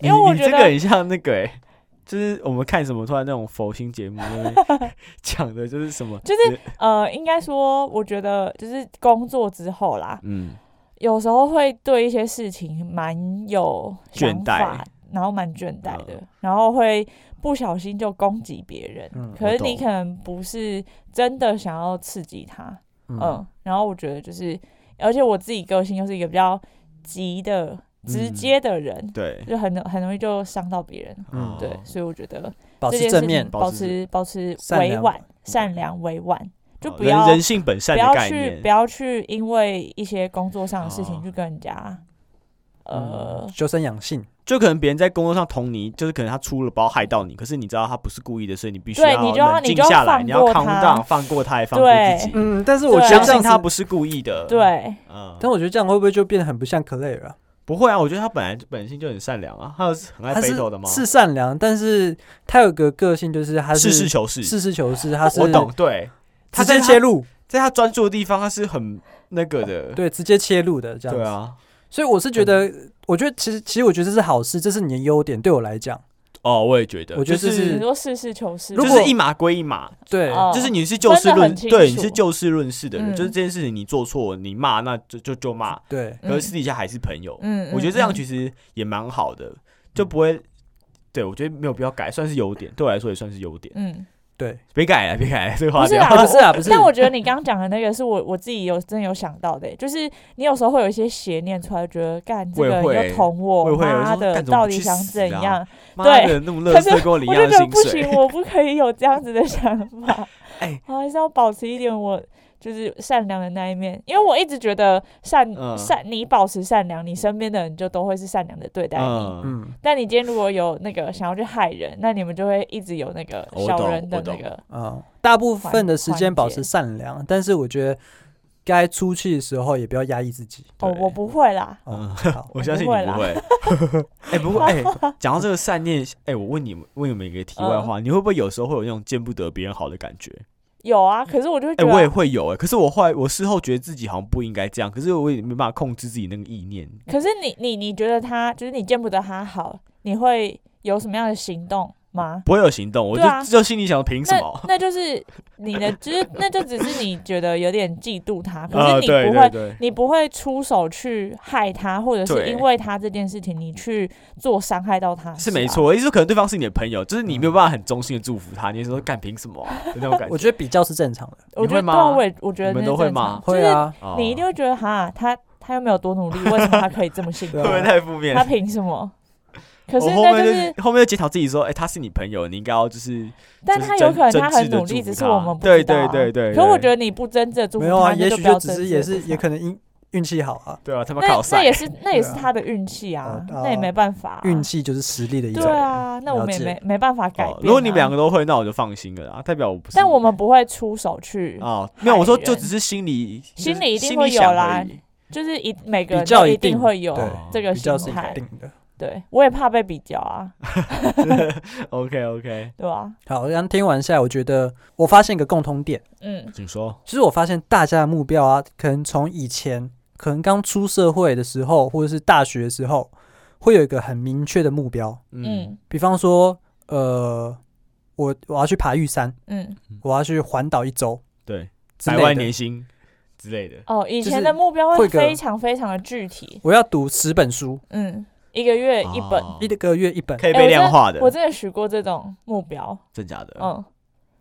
Speaker 2: 因为我
Speaker 3: 你
Speaker 2: 觉
Speaker 3: 你这个
Speaker 2: 得
Speaker 3: 很像那个哎、就是我们看什么突然那种佛心节目 那边讲的就是什么，
Speaker 2: 就是呃，应该说，我觉得就是工作之后啦，
Speaker 3: 嗯，
Speaker 2: 有时候会对一些事情蛮有想
Speaker 3: 倦怠
Speaker 2: 法，然后蛮倦怠的，
Speaker 3: 嗯
Speaker 2: 然后会不小心就攻击别人。
Speaker 1: 嗯
Speaker 2: 可是
Speaker 3: 我
Speaker 2: 你
Speaker 3: 懂
Speaker 2: 可能不是真的想要刺激他，
Speaker 1: 嗯
Speaker 2: 嗯然后我觉得就是，而且我自己个性又是一个比较急的、直
Speaker 3: 嗯
Speaker 2: 接的人，
Speaker 3: 对，
Speaker 2: 就很很容易就伤到别人。
Speaker 1: 嗯
Speaker 2: 对，
Speaker 3: 哦
Speaker 2: 所以我觉得
Speaker 1: 保
Speaker 2: 这
Speaker 1: 持
Speaker 2: 件事
Speaker 1: 正
Speaker 2: 情
Speaker 1: 面，
Speaker 2: 保
Speaker 3: 保
Speaker 2: 持
Speaker 3: 持
Speaker 2: 保持
Speaker 1: 善
Speaker 2: 委
Speaker 1: 良
Speaker 2: 婉、善良、委婉，就
Speaker 3: 哦
Speaker 2: 不
Speaker 3: 人
Speaker 2: 要
Speaker 3: 人性本善
Speaker 2: 不
Speaker 3: 的
Speaker 2: 要
Speaker 3: 概
Speaker 2: 去
Speaker 3: 念
Speaker 2: 不，要去因为一些工作上的事情
Speaker 3: 哦
Speaker 2: 去跟人家，呃
Speaker 1: 嗯，，修身养性，
Speaker 3: 就可能别人在工作上捅你，就是可能他出了包害到你，可是你知道他不是故意的，所以你必须
Speaker 2: 对你就要
Speaker 3: 冷
Speaker 2: 你
Speaker 3: 静
Speaker 2: 就要
Speaker 3: 下来，
Speaker 2: 放
Speaker 3: 你要
Speaker 2: 过
Speaker 3: calm
Speaker 2: 他
Speaker 3: down，放过他，也放过
Speaker 2: 对
Speaker 3: 自己，
Speaker 1: 嗯，但是
Speaker 2: 我
Speaker 1: 我
Speaker 2: 对啊
Speaker 1: 觉得
Speaker 3: 相
Speaker 1: 这样
Speaker 3: 信他
Speaker 1: 子，
Speaker 3: 不是故意的，，
Speaker 2: 对，
Speaker 3: 嗯，
Speaker 1: 但我觉得这样会不会就变得很不像 Clay 了？
Speaker 3: 不会啊，我觉得他本来本性就很善良啊，他有很爱
Speaker 1: 他是
Speaker 3: battle 的吗？
Speaker 1: 是善良，但是他有个个性，就是他是
Speaker 3: 事事求是，
Speaker 1: 实事求是，他是
Speaker 3: 我懂，对，
Speaker 1: 直
Speaker 3: 他
Speaker 1: 接
Speaker 3: 在
Speaker 1: 切
Speaker 3: 他
Speaker 1: 入，
Speaker 3: 在他专注的地方，他是很那个的，
Speaker 1: 对，直接切入的这样
Speaker 3: 对
Speaker 1: 子。
Speaker 3: 啊，
Speaker 1: 所以我是觉得，我觉得其实其实我觉得这是好事，这是你的优点，对我来讲，
Speaker 3: 哦，我也觉得，
Speaker 1: 我觉得
Speaker 3: 就
Speaker 1: 这
Speaker 2: 你
Speaker 1: 是
Speaker 3: 是
Speaker 2: 说实事求是，
Speaker 1: 如
Speaker 3: 就
Speaker 1: 果
Speaker 3: 是一码归一码，
Speaker 1: 对，
Speaker 2: 哦
Speaker 3: 就是你是就事论
Speaker 2: 分得很清楚
Speaker 3: 对，你是就事论事的人，
Speaker 2: 嗯
Speaker 3: 就是这件事情你做错，你骂那就就就骂，
Speaker 1: 对，
Speaker 3: 可是私底下还是朋友。
Speaker 2: 嗯嗯，嗯
Speaker 3: 我觉得这样
Speaker 2: 嗯
Speaker 3: 其实也蛮好的，就不会。对，我觉得没有必要改，算是优点，对我来说也算是优点。
Speaker 2: 嗯，
Speaker 1: 对，
Speaker 3: 别改了，别改了，这个话
Speaker 2: 不是
Speaker 3: 掉。
Speaker 2: 啊，
Speaker 1: 不是啊
Speaker 2: 我
Speaker 1: 不是
Speaker 2: 但我觉得你刚刚讲的那个是我我自己有真的有想到的欸、就是你有时候会有一些邪念出来，觉得干这
Speaker 3: 我
Speaker 2: 个
Speaker 3: 也
Speaker 2: 人
Speaker 3: 会
Speaker 2: 又
Speaker 3: 欸
Speaker 2: 捅
Speaker 3: 我也会有时
Speaker 2: 妈
Speaker 3: 候
Speaker 2: 的
Speaker 3: 干怎么
Speaker 2: 到
Speaker 3: 不
Speaker 2: 底
Speaker 3: 去
Speaker 2: 想
Speaker 3: 死
Speaker 2: 怎
Speaker 3: 啊
Speaker 2: 样？
Speaker 3: 妈
Speaker 2: 对
Speaker 3: 的，那么乐
Speaker 2: 可是
Speaker 3: 色跟我领
Speaker 2: 我
Speaker 3: 一
Speaker 2: 就
Speaker 3: 样的
Speaker 2: 觉得
Speaker 3: 薪
Speaker 2: 不
Speaker 3: 水
Speaker 2: 行，，我不可以有这样子的想法。
Speaker 3: 哎
Speaker 2: 我还是要保持一点我就是善良的那一面，因为我一直觉得善、
Speaker 3: 嗯
Speaker 2: 善，你保持善良，你身边的人就都会是善良的对待你。
Speaker 3: 嗯，
Speaker 1: 嗯
Speaker 2: 但你今天如果有那个想要去害人，那你们就会一直有那个
Speaker 3: 哦我
Speaker 2: 小
Speaker 3: 懂
Speaker 2: 人的
Speaker 3: 我
Speaker 2: 那
Speaker 3: 懂
Speaker 2: 个，
Speaker 1: 嗯，大部分的时
Speaker 2: 缓
Speaker 1: 间
Speaker 2: 解
Speaker 1: 保持善良，但是我觉得该出去的时候也不要压抑自己。
Speaker 2: 哦，
Speaker 3: 对
Speaker 2: 我不会啦，
Speaker 1: 哦
Speaker 3: 嗯，
Speaker 1: 好，
Speaker 3: 我相信你
Speaker 2: 我不
Speaker 3: 不
Speaker 2: 会
Speaker 3: 会。 哎、不过 哎，讲、到这个善念，哎、我问你们问你们一个题
Speaker 2: 嗯
Speaker 3: 外话，你会不会有时候会有那种见不得别人好的感觉？
Speaker 2: 有啊，可是我就会
Speaker 3: 哎、
Speaker 2: 觉得、
Speaker 3: 我也会有哎、可是我后来我事后觉得自己好像不应该这样，可是我也没办法控制自己那个意念。
Speaker 2: 可是你你你觉得他就是你见不得他好，你会有什么样的行动吗？
Speaker 3: 不会有行动，我就、
Speaker 2: 对啊
Speaker 3: 就心里想，凭 什么？
Speaker 2: 那那就是你的， 就是那就只是你觉得有点嫉妒他，可
Speaker 3: 呃
Speaker 2: 是你不会，
Speaker 3: 对对
Speaker 2: 你不会出手去害他，或者是
Speaker 3: 对
Speaker 2: 因为他这件事情你去做伤害到他，
Speaker 3: 是
Speaker 2: 吧
Speaker 3: 没。错。意思是可能对方是你的朋友，就是你没有办法很衷心的祝福他，你就说干凭什 么、啊、就那种感觉。
Speaker 1: 我觉得比较是正常的，
Speaker 2: 我觉得
Speaker 3: 你会吗
Speaker 2: 对啊，我也我觉得
Speaker 3: 你们
Speaker 2: 那
Speaker 3: 都会
Speaker 2: 正常
Speaker 3: 吗
Speaker 2: 就
Speaker 1: 会
Speaker 2: 是
Speaker 1: 啊，
Speaker 3: 哦
Speaker 2: 你一定会觉得哈，他他又没有多努 力，为什么他可以这么幸福
Speaker 1: 对
Speaker 3: 会不？会太负面
Speaker 2: 他？凭什么？可是
Speaker 3: 啊我后
Speaker 2: 那
Speaker 3: 面
Speaker 2: 就，
Speaker 3: 就是后面就检讨自己说，哎、他是你朋友，你应该要就是
Speaker 2: 但
Speaker 3: 就是
Speaker 2: 他有
Speaker 3: 真
Speaker 2: 可能
Speaker 3: 真
Speaker 2: 他很
Speaker 3: 挚地
Speaker 2: 努力，
Speaker 3: 祝福
Speaker 2: 只是
Speaker 3: 他
Speaker 2: 我们不
Speaker 3: 对
Speaker 2: 知道啊
Speaker 3: 对对对
Speaker 2: 可是我
Speaker 3: 对
Speaker 2: 觉得你不真正祝福
Speaker 1: 没有啊，
Speaker 2: 他，那
Speaker 1: 也
Speaker 2: 就
Speaker 1: 许
Speaker 2: 不要
Speaker 1: 就只
Speaker 2: 真
Speaker 1: 是
Speaker 2: 挚
Speaker 1: 也
Speaker 2: 地
Speaker 1: 是
Speaker 2: 祝福
Speaker 1: 也
Speaker 2: 他
Speaker 1: 可能运运气好啊，
Speaker 3: 对啊，他妈
Speaker 2: 那
Speaker 3: 考
Speaker 2: 那
Speaker 3: 赛
Speaker 2: 也是那也是
Speaker 1: 对啊
Speaker 2: 他的运气啊，
Speaker 1: 哦
Speaker 2: 那也
Speaker 1: 哦
Speaker 2: 没办法啊、
Speaker 1: 运气就是实力的一
Speaker 2: 对
Speaker 1: 种。
Speaker 2: 啊，那我们
Speaker 1: 了
Speaker 2: 也
Speaker 1: 解
Speaker 2: 没没办法改变、啊
Speaker 3: 哦。如果你们两个，都会，那我就放心了啦，代表我不是。
Speaker 2: 但我们不会出手去，
Speaker 3: 哦，没有，我说
Speaker 2: 害
Speaker 3: 就
Speaker 2: 人
Speaker 3: 只是心里
Speaker 2: 心
Speaker 3: 就是
Speaker 2: 里一定会
Speaker 3: 里
Speaker 2: 有
Speaker 3: 想
Speaker 2: 啦
Speaker 3: 而已
Speaker 2: 就是一每个人
Speaker 1: 比较
Speaker 2: 都
Speaker 1: 一
Speaker 2: 一定
Speaker 1: 定
Speaker 2: 会有
Speaker 1: 对
Speaker 2: 这个
Speaker 1: 比较
Speaker 2: 心
Speaker 1: 是
Speaker 2: 态
Speaker 1: 一。定的。
Speaker 2: 对，我也怕被比较啊，
Speaker 3: OK OK，
Speaker 2: 对吧、
Speaker 1: 好，这样听完下来，我觉得我发现一个共通点，
Speaker 2: 嗯
Speaker 3: 请说。
Speaker 1: 就是我发现大家的目标啊，可能从以前，可能刚出社会的时候，或者是大学的时候，会有一个很明确的目标。
Speaker 3: 嗯，
Speaker 2: 嗯
Speaker 1: 比方说，呃，我我要去爬玉山，
Speaker 2: 嗯，
Speaker 1: 我要去环岛一周
Speaker 3: 对，
Speaker 1: 之类
Speaker 3: 百
Speaker 1: 的
Speaker 3: 万年薪之类的。
Speaker 2: 哦，以
Speaker 1: 就
Speaker 2: 前
Speaker 1: 是
Speaker 2: 的目标会
Speaker 1: 会个
Speaker 2: 非常非常的具体，
Speaker 1: 我要读十本书，
Speaker 2: 嗯，一个月一本，
Speaker 3: 哦
Speaker 1: 一个月一本。
Speaker 3: 可以
Speaker 2: 哎我
Speaker 3: 被量
Speaker 2: 真
Speaker 3: 化的
Speaker 2: 我，真的许过这种目标，
Speaker 3: 真假的？
Speaker 2: 嗯，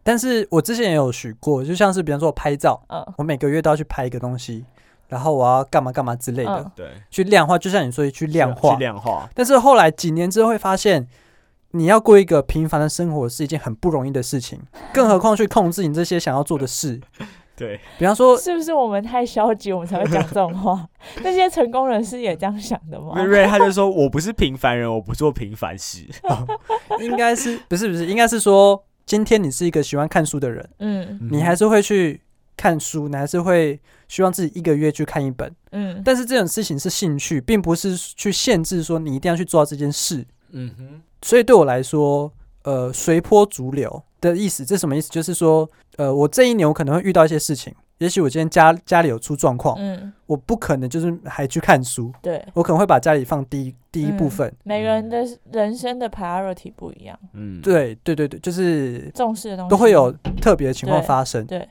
Speaker 1: 但是我之前也有许过，就像是比方说我拍照，
Speaker 2: 嗯
Speaker 1: 我每个月都要去拍一个东西，然后我要干嘛干嘛之类的，
Speaker 2: 嗯
Speaker 3: 对，
Speaker 1: 去量化，就像你说的去量
Speaker 3: 啊去
Speaker 1: 化。
Speaker 3: 量化，
Speaker 1: 但是后来几年之后会发现，你要过一个平凡的生活是一件很不容易的事情，更何况去控制你这些想要做的事。
Speaker 3: 对，
Speaker 1: 比方说，
Speaker 2: 是不是我们太消极，我们才会讲这种话？ 那些成功人士也这样想的吗？
Speaker 1: 哦
Speaker 3: 瑞瑞他就说我不是平凡人，我不做平凡事，
Speaker 1: 应该是不是不是，应该是说，今天你是一个喜欢看书的人，
Speaker 2: 嗯
Speaker 1: 你还是会去看书，你还是会希望自己一个月去看一本。
Speaker 2: 嗯，
Speaker 1: 但是这种事情是兴趣，并不是去限制说你一定要去做到这件事。
Speaker 3: 嗯哼，
Speaker 1: 所以对我来说，呃，随波逐流的意思，这什么意思？就是说，呃，我这一年我可能会遇到一些事情，也许我今天家家里有出状况，
Speaker 2: 嗯，
Speaker 1: 我不可能就是还去看书，
Speaker 2: 对，
Speaker 1: 我可能会把家里放第一第一部
Speaker 2: 嗯
Speaker 1: 分。
Speaker 2: 每个人的人生的 priority 不一样，
Speaker 3: 嗯，
Speaker 1: 对对对对，就是
Speaker 2: 重视的东西
Speaker 1: 都会有特别的情况发生。
Speaker 2: 对，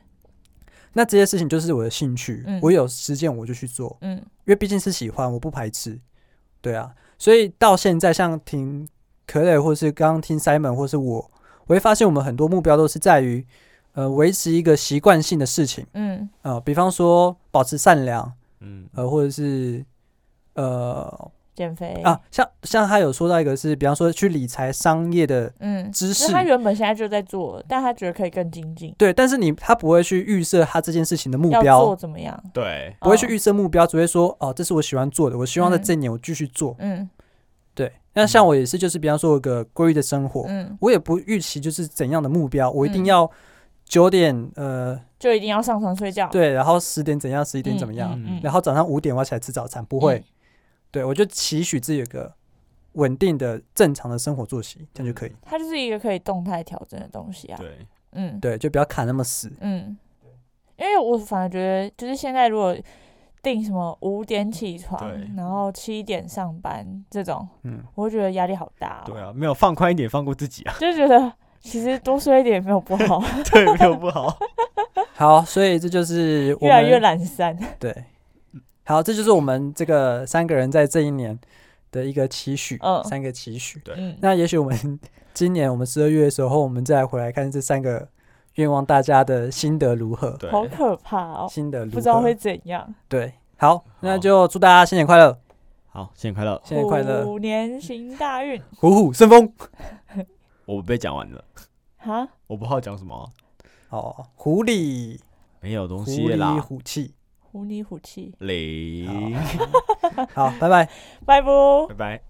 Speaker 1: 那这些事情就是我的兴趣，
Speaker 2: 嗯
Speaker 1: 我有时间我就去做，
Speaker 2: 嗯
Speaker 1: 因为毕竟是喜欢，我不排斥。对啊，所以到现在像听可磊，或是刚刚听 Simon，或是我，我会发现我们很多目标都是在于，呃，维持一个习惯性的事情，
Speaker 2: 嗯
Speaker 1: 呃，比方说保持善良，
Speaker 3: 嗯，
Speaker 1: 呃，或者是，呃
Speaker 2: 减肥
Speaker 1: 啊，，像像他有说到一个是，比方说去理财商业的
Speaker 2: 嗯，
Speaker 1: 知
Speaker 2: 就
Speaker 1: 识
Speaker 2: 是，他原本现在就在做，但他觉得可以更精进，
Speaker 1: 对，但是你他不会去预设他这件事情的目
Speaker 2: 要
Speaker 1: 标
Speaker 2: 做，怎么样？
Speaker 3: 对，
Speaker 1: 不会去
Speaker 2: 哦
Speaker 1: 预设目标，只会说哦，这是我喜欢做的，我希望在
Speaker 2: 嗯
Speaker 1: 这一年我继续做。
Speaker 2: 嗯
Speaker 1: 对，那像我也是，就是比方说有个规律的生活，
Speaker 2: 嗯，
Speaker 1: 我也不预期就是怎样的目标，我一定
Speaker 2: 嗯
Speaker 1: 要九点呃
Speaker 2: 就一定要上床睡觉，
Speaker 1: 对，然后十点怎样，十一
Speaker 2: 嗯，
Speaker 1: 点怎么样，
Speaker 2: 嗯
Speaker 1: 然后早上五点我要起来吃早餐，不会，，对我就期许自己有个稳定的正常的生活作息，这样就可以，
Speaker 2: 它就是一个可以动态调整的东西啊，
Speaker 3: 对，
Speaker 2: 嗯
Speaker 1: 对，就不要卡那么死，
Speaker 2: 嗯，因为我反而觉得就是现在如果定什么五点起床
Speaker 3: 对，
Speaker 2: 然后七点上班这种，
Speaker 1: 嗯，
Speaker 2: 我会觉得压力好大、哦，
Speaker 3: 对啊，没有放宽一点，放过自己啊，
Speaker 2: 就觉得其实多睡一点也没有不好，
Speaker 3: 对，没有不好，
Speaker 1: 好，所以这就是我
Speaker 2: 越来
Speaker 1: 们
Speaker 2: 越懒散。
Speaker 1: 对，好，这就是我们这个三个人在这一年的一个期许，
Speaker 2: 嗯
Speaker 1: 三个期许。
Speaker 3: 对
Speaker 2: 嗯，
Speaker 1: 那也许我们 今年我们十二月的时候，我们再回来看这三个愿望大家的心得如何，
Speaker 3: 对，
Speaker 2: 好可怕哦，
Speaker 1: 心得如何，
Speaker 2: 不知道会怎样。
Speaker 1: 对。好，那就祝大家新年快乐，
Speaker 3: 好，新年快乐，
Speaker 1: 新年快乐，
Speaker 2: 虎年行大运
Speaker 1: 虎虎生风。
Speaker 3: 我被讲完了，
Speaker 2: 哈，
Speaker 3: 我不好讲什么啊，
Speaker 1: 哦，狐狸，
Speaker 3: 没有东
Speaker 1: 狐
Speaker 3: 西
Speaker 1: 狸
Speaker 3: 啦，
Speaker 1: 虎气。
Speaker 2: 虎里虎气，
Speaker 3: 零，
Speaker 1: 好，拜拜。
Speaker 2: 拜拜。哦
Speaker 3: 拜拜。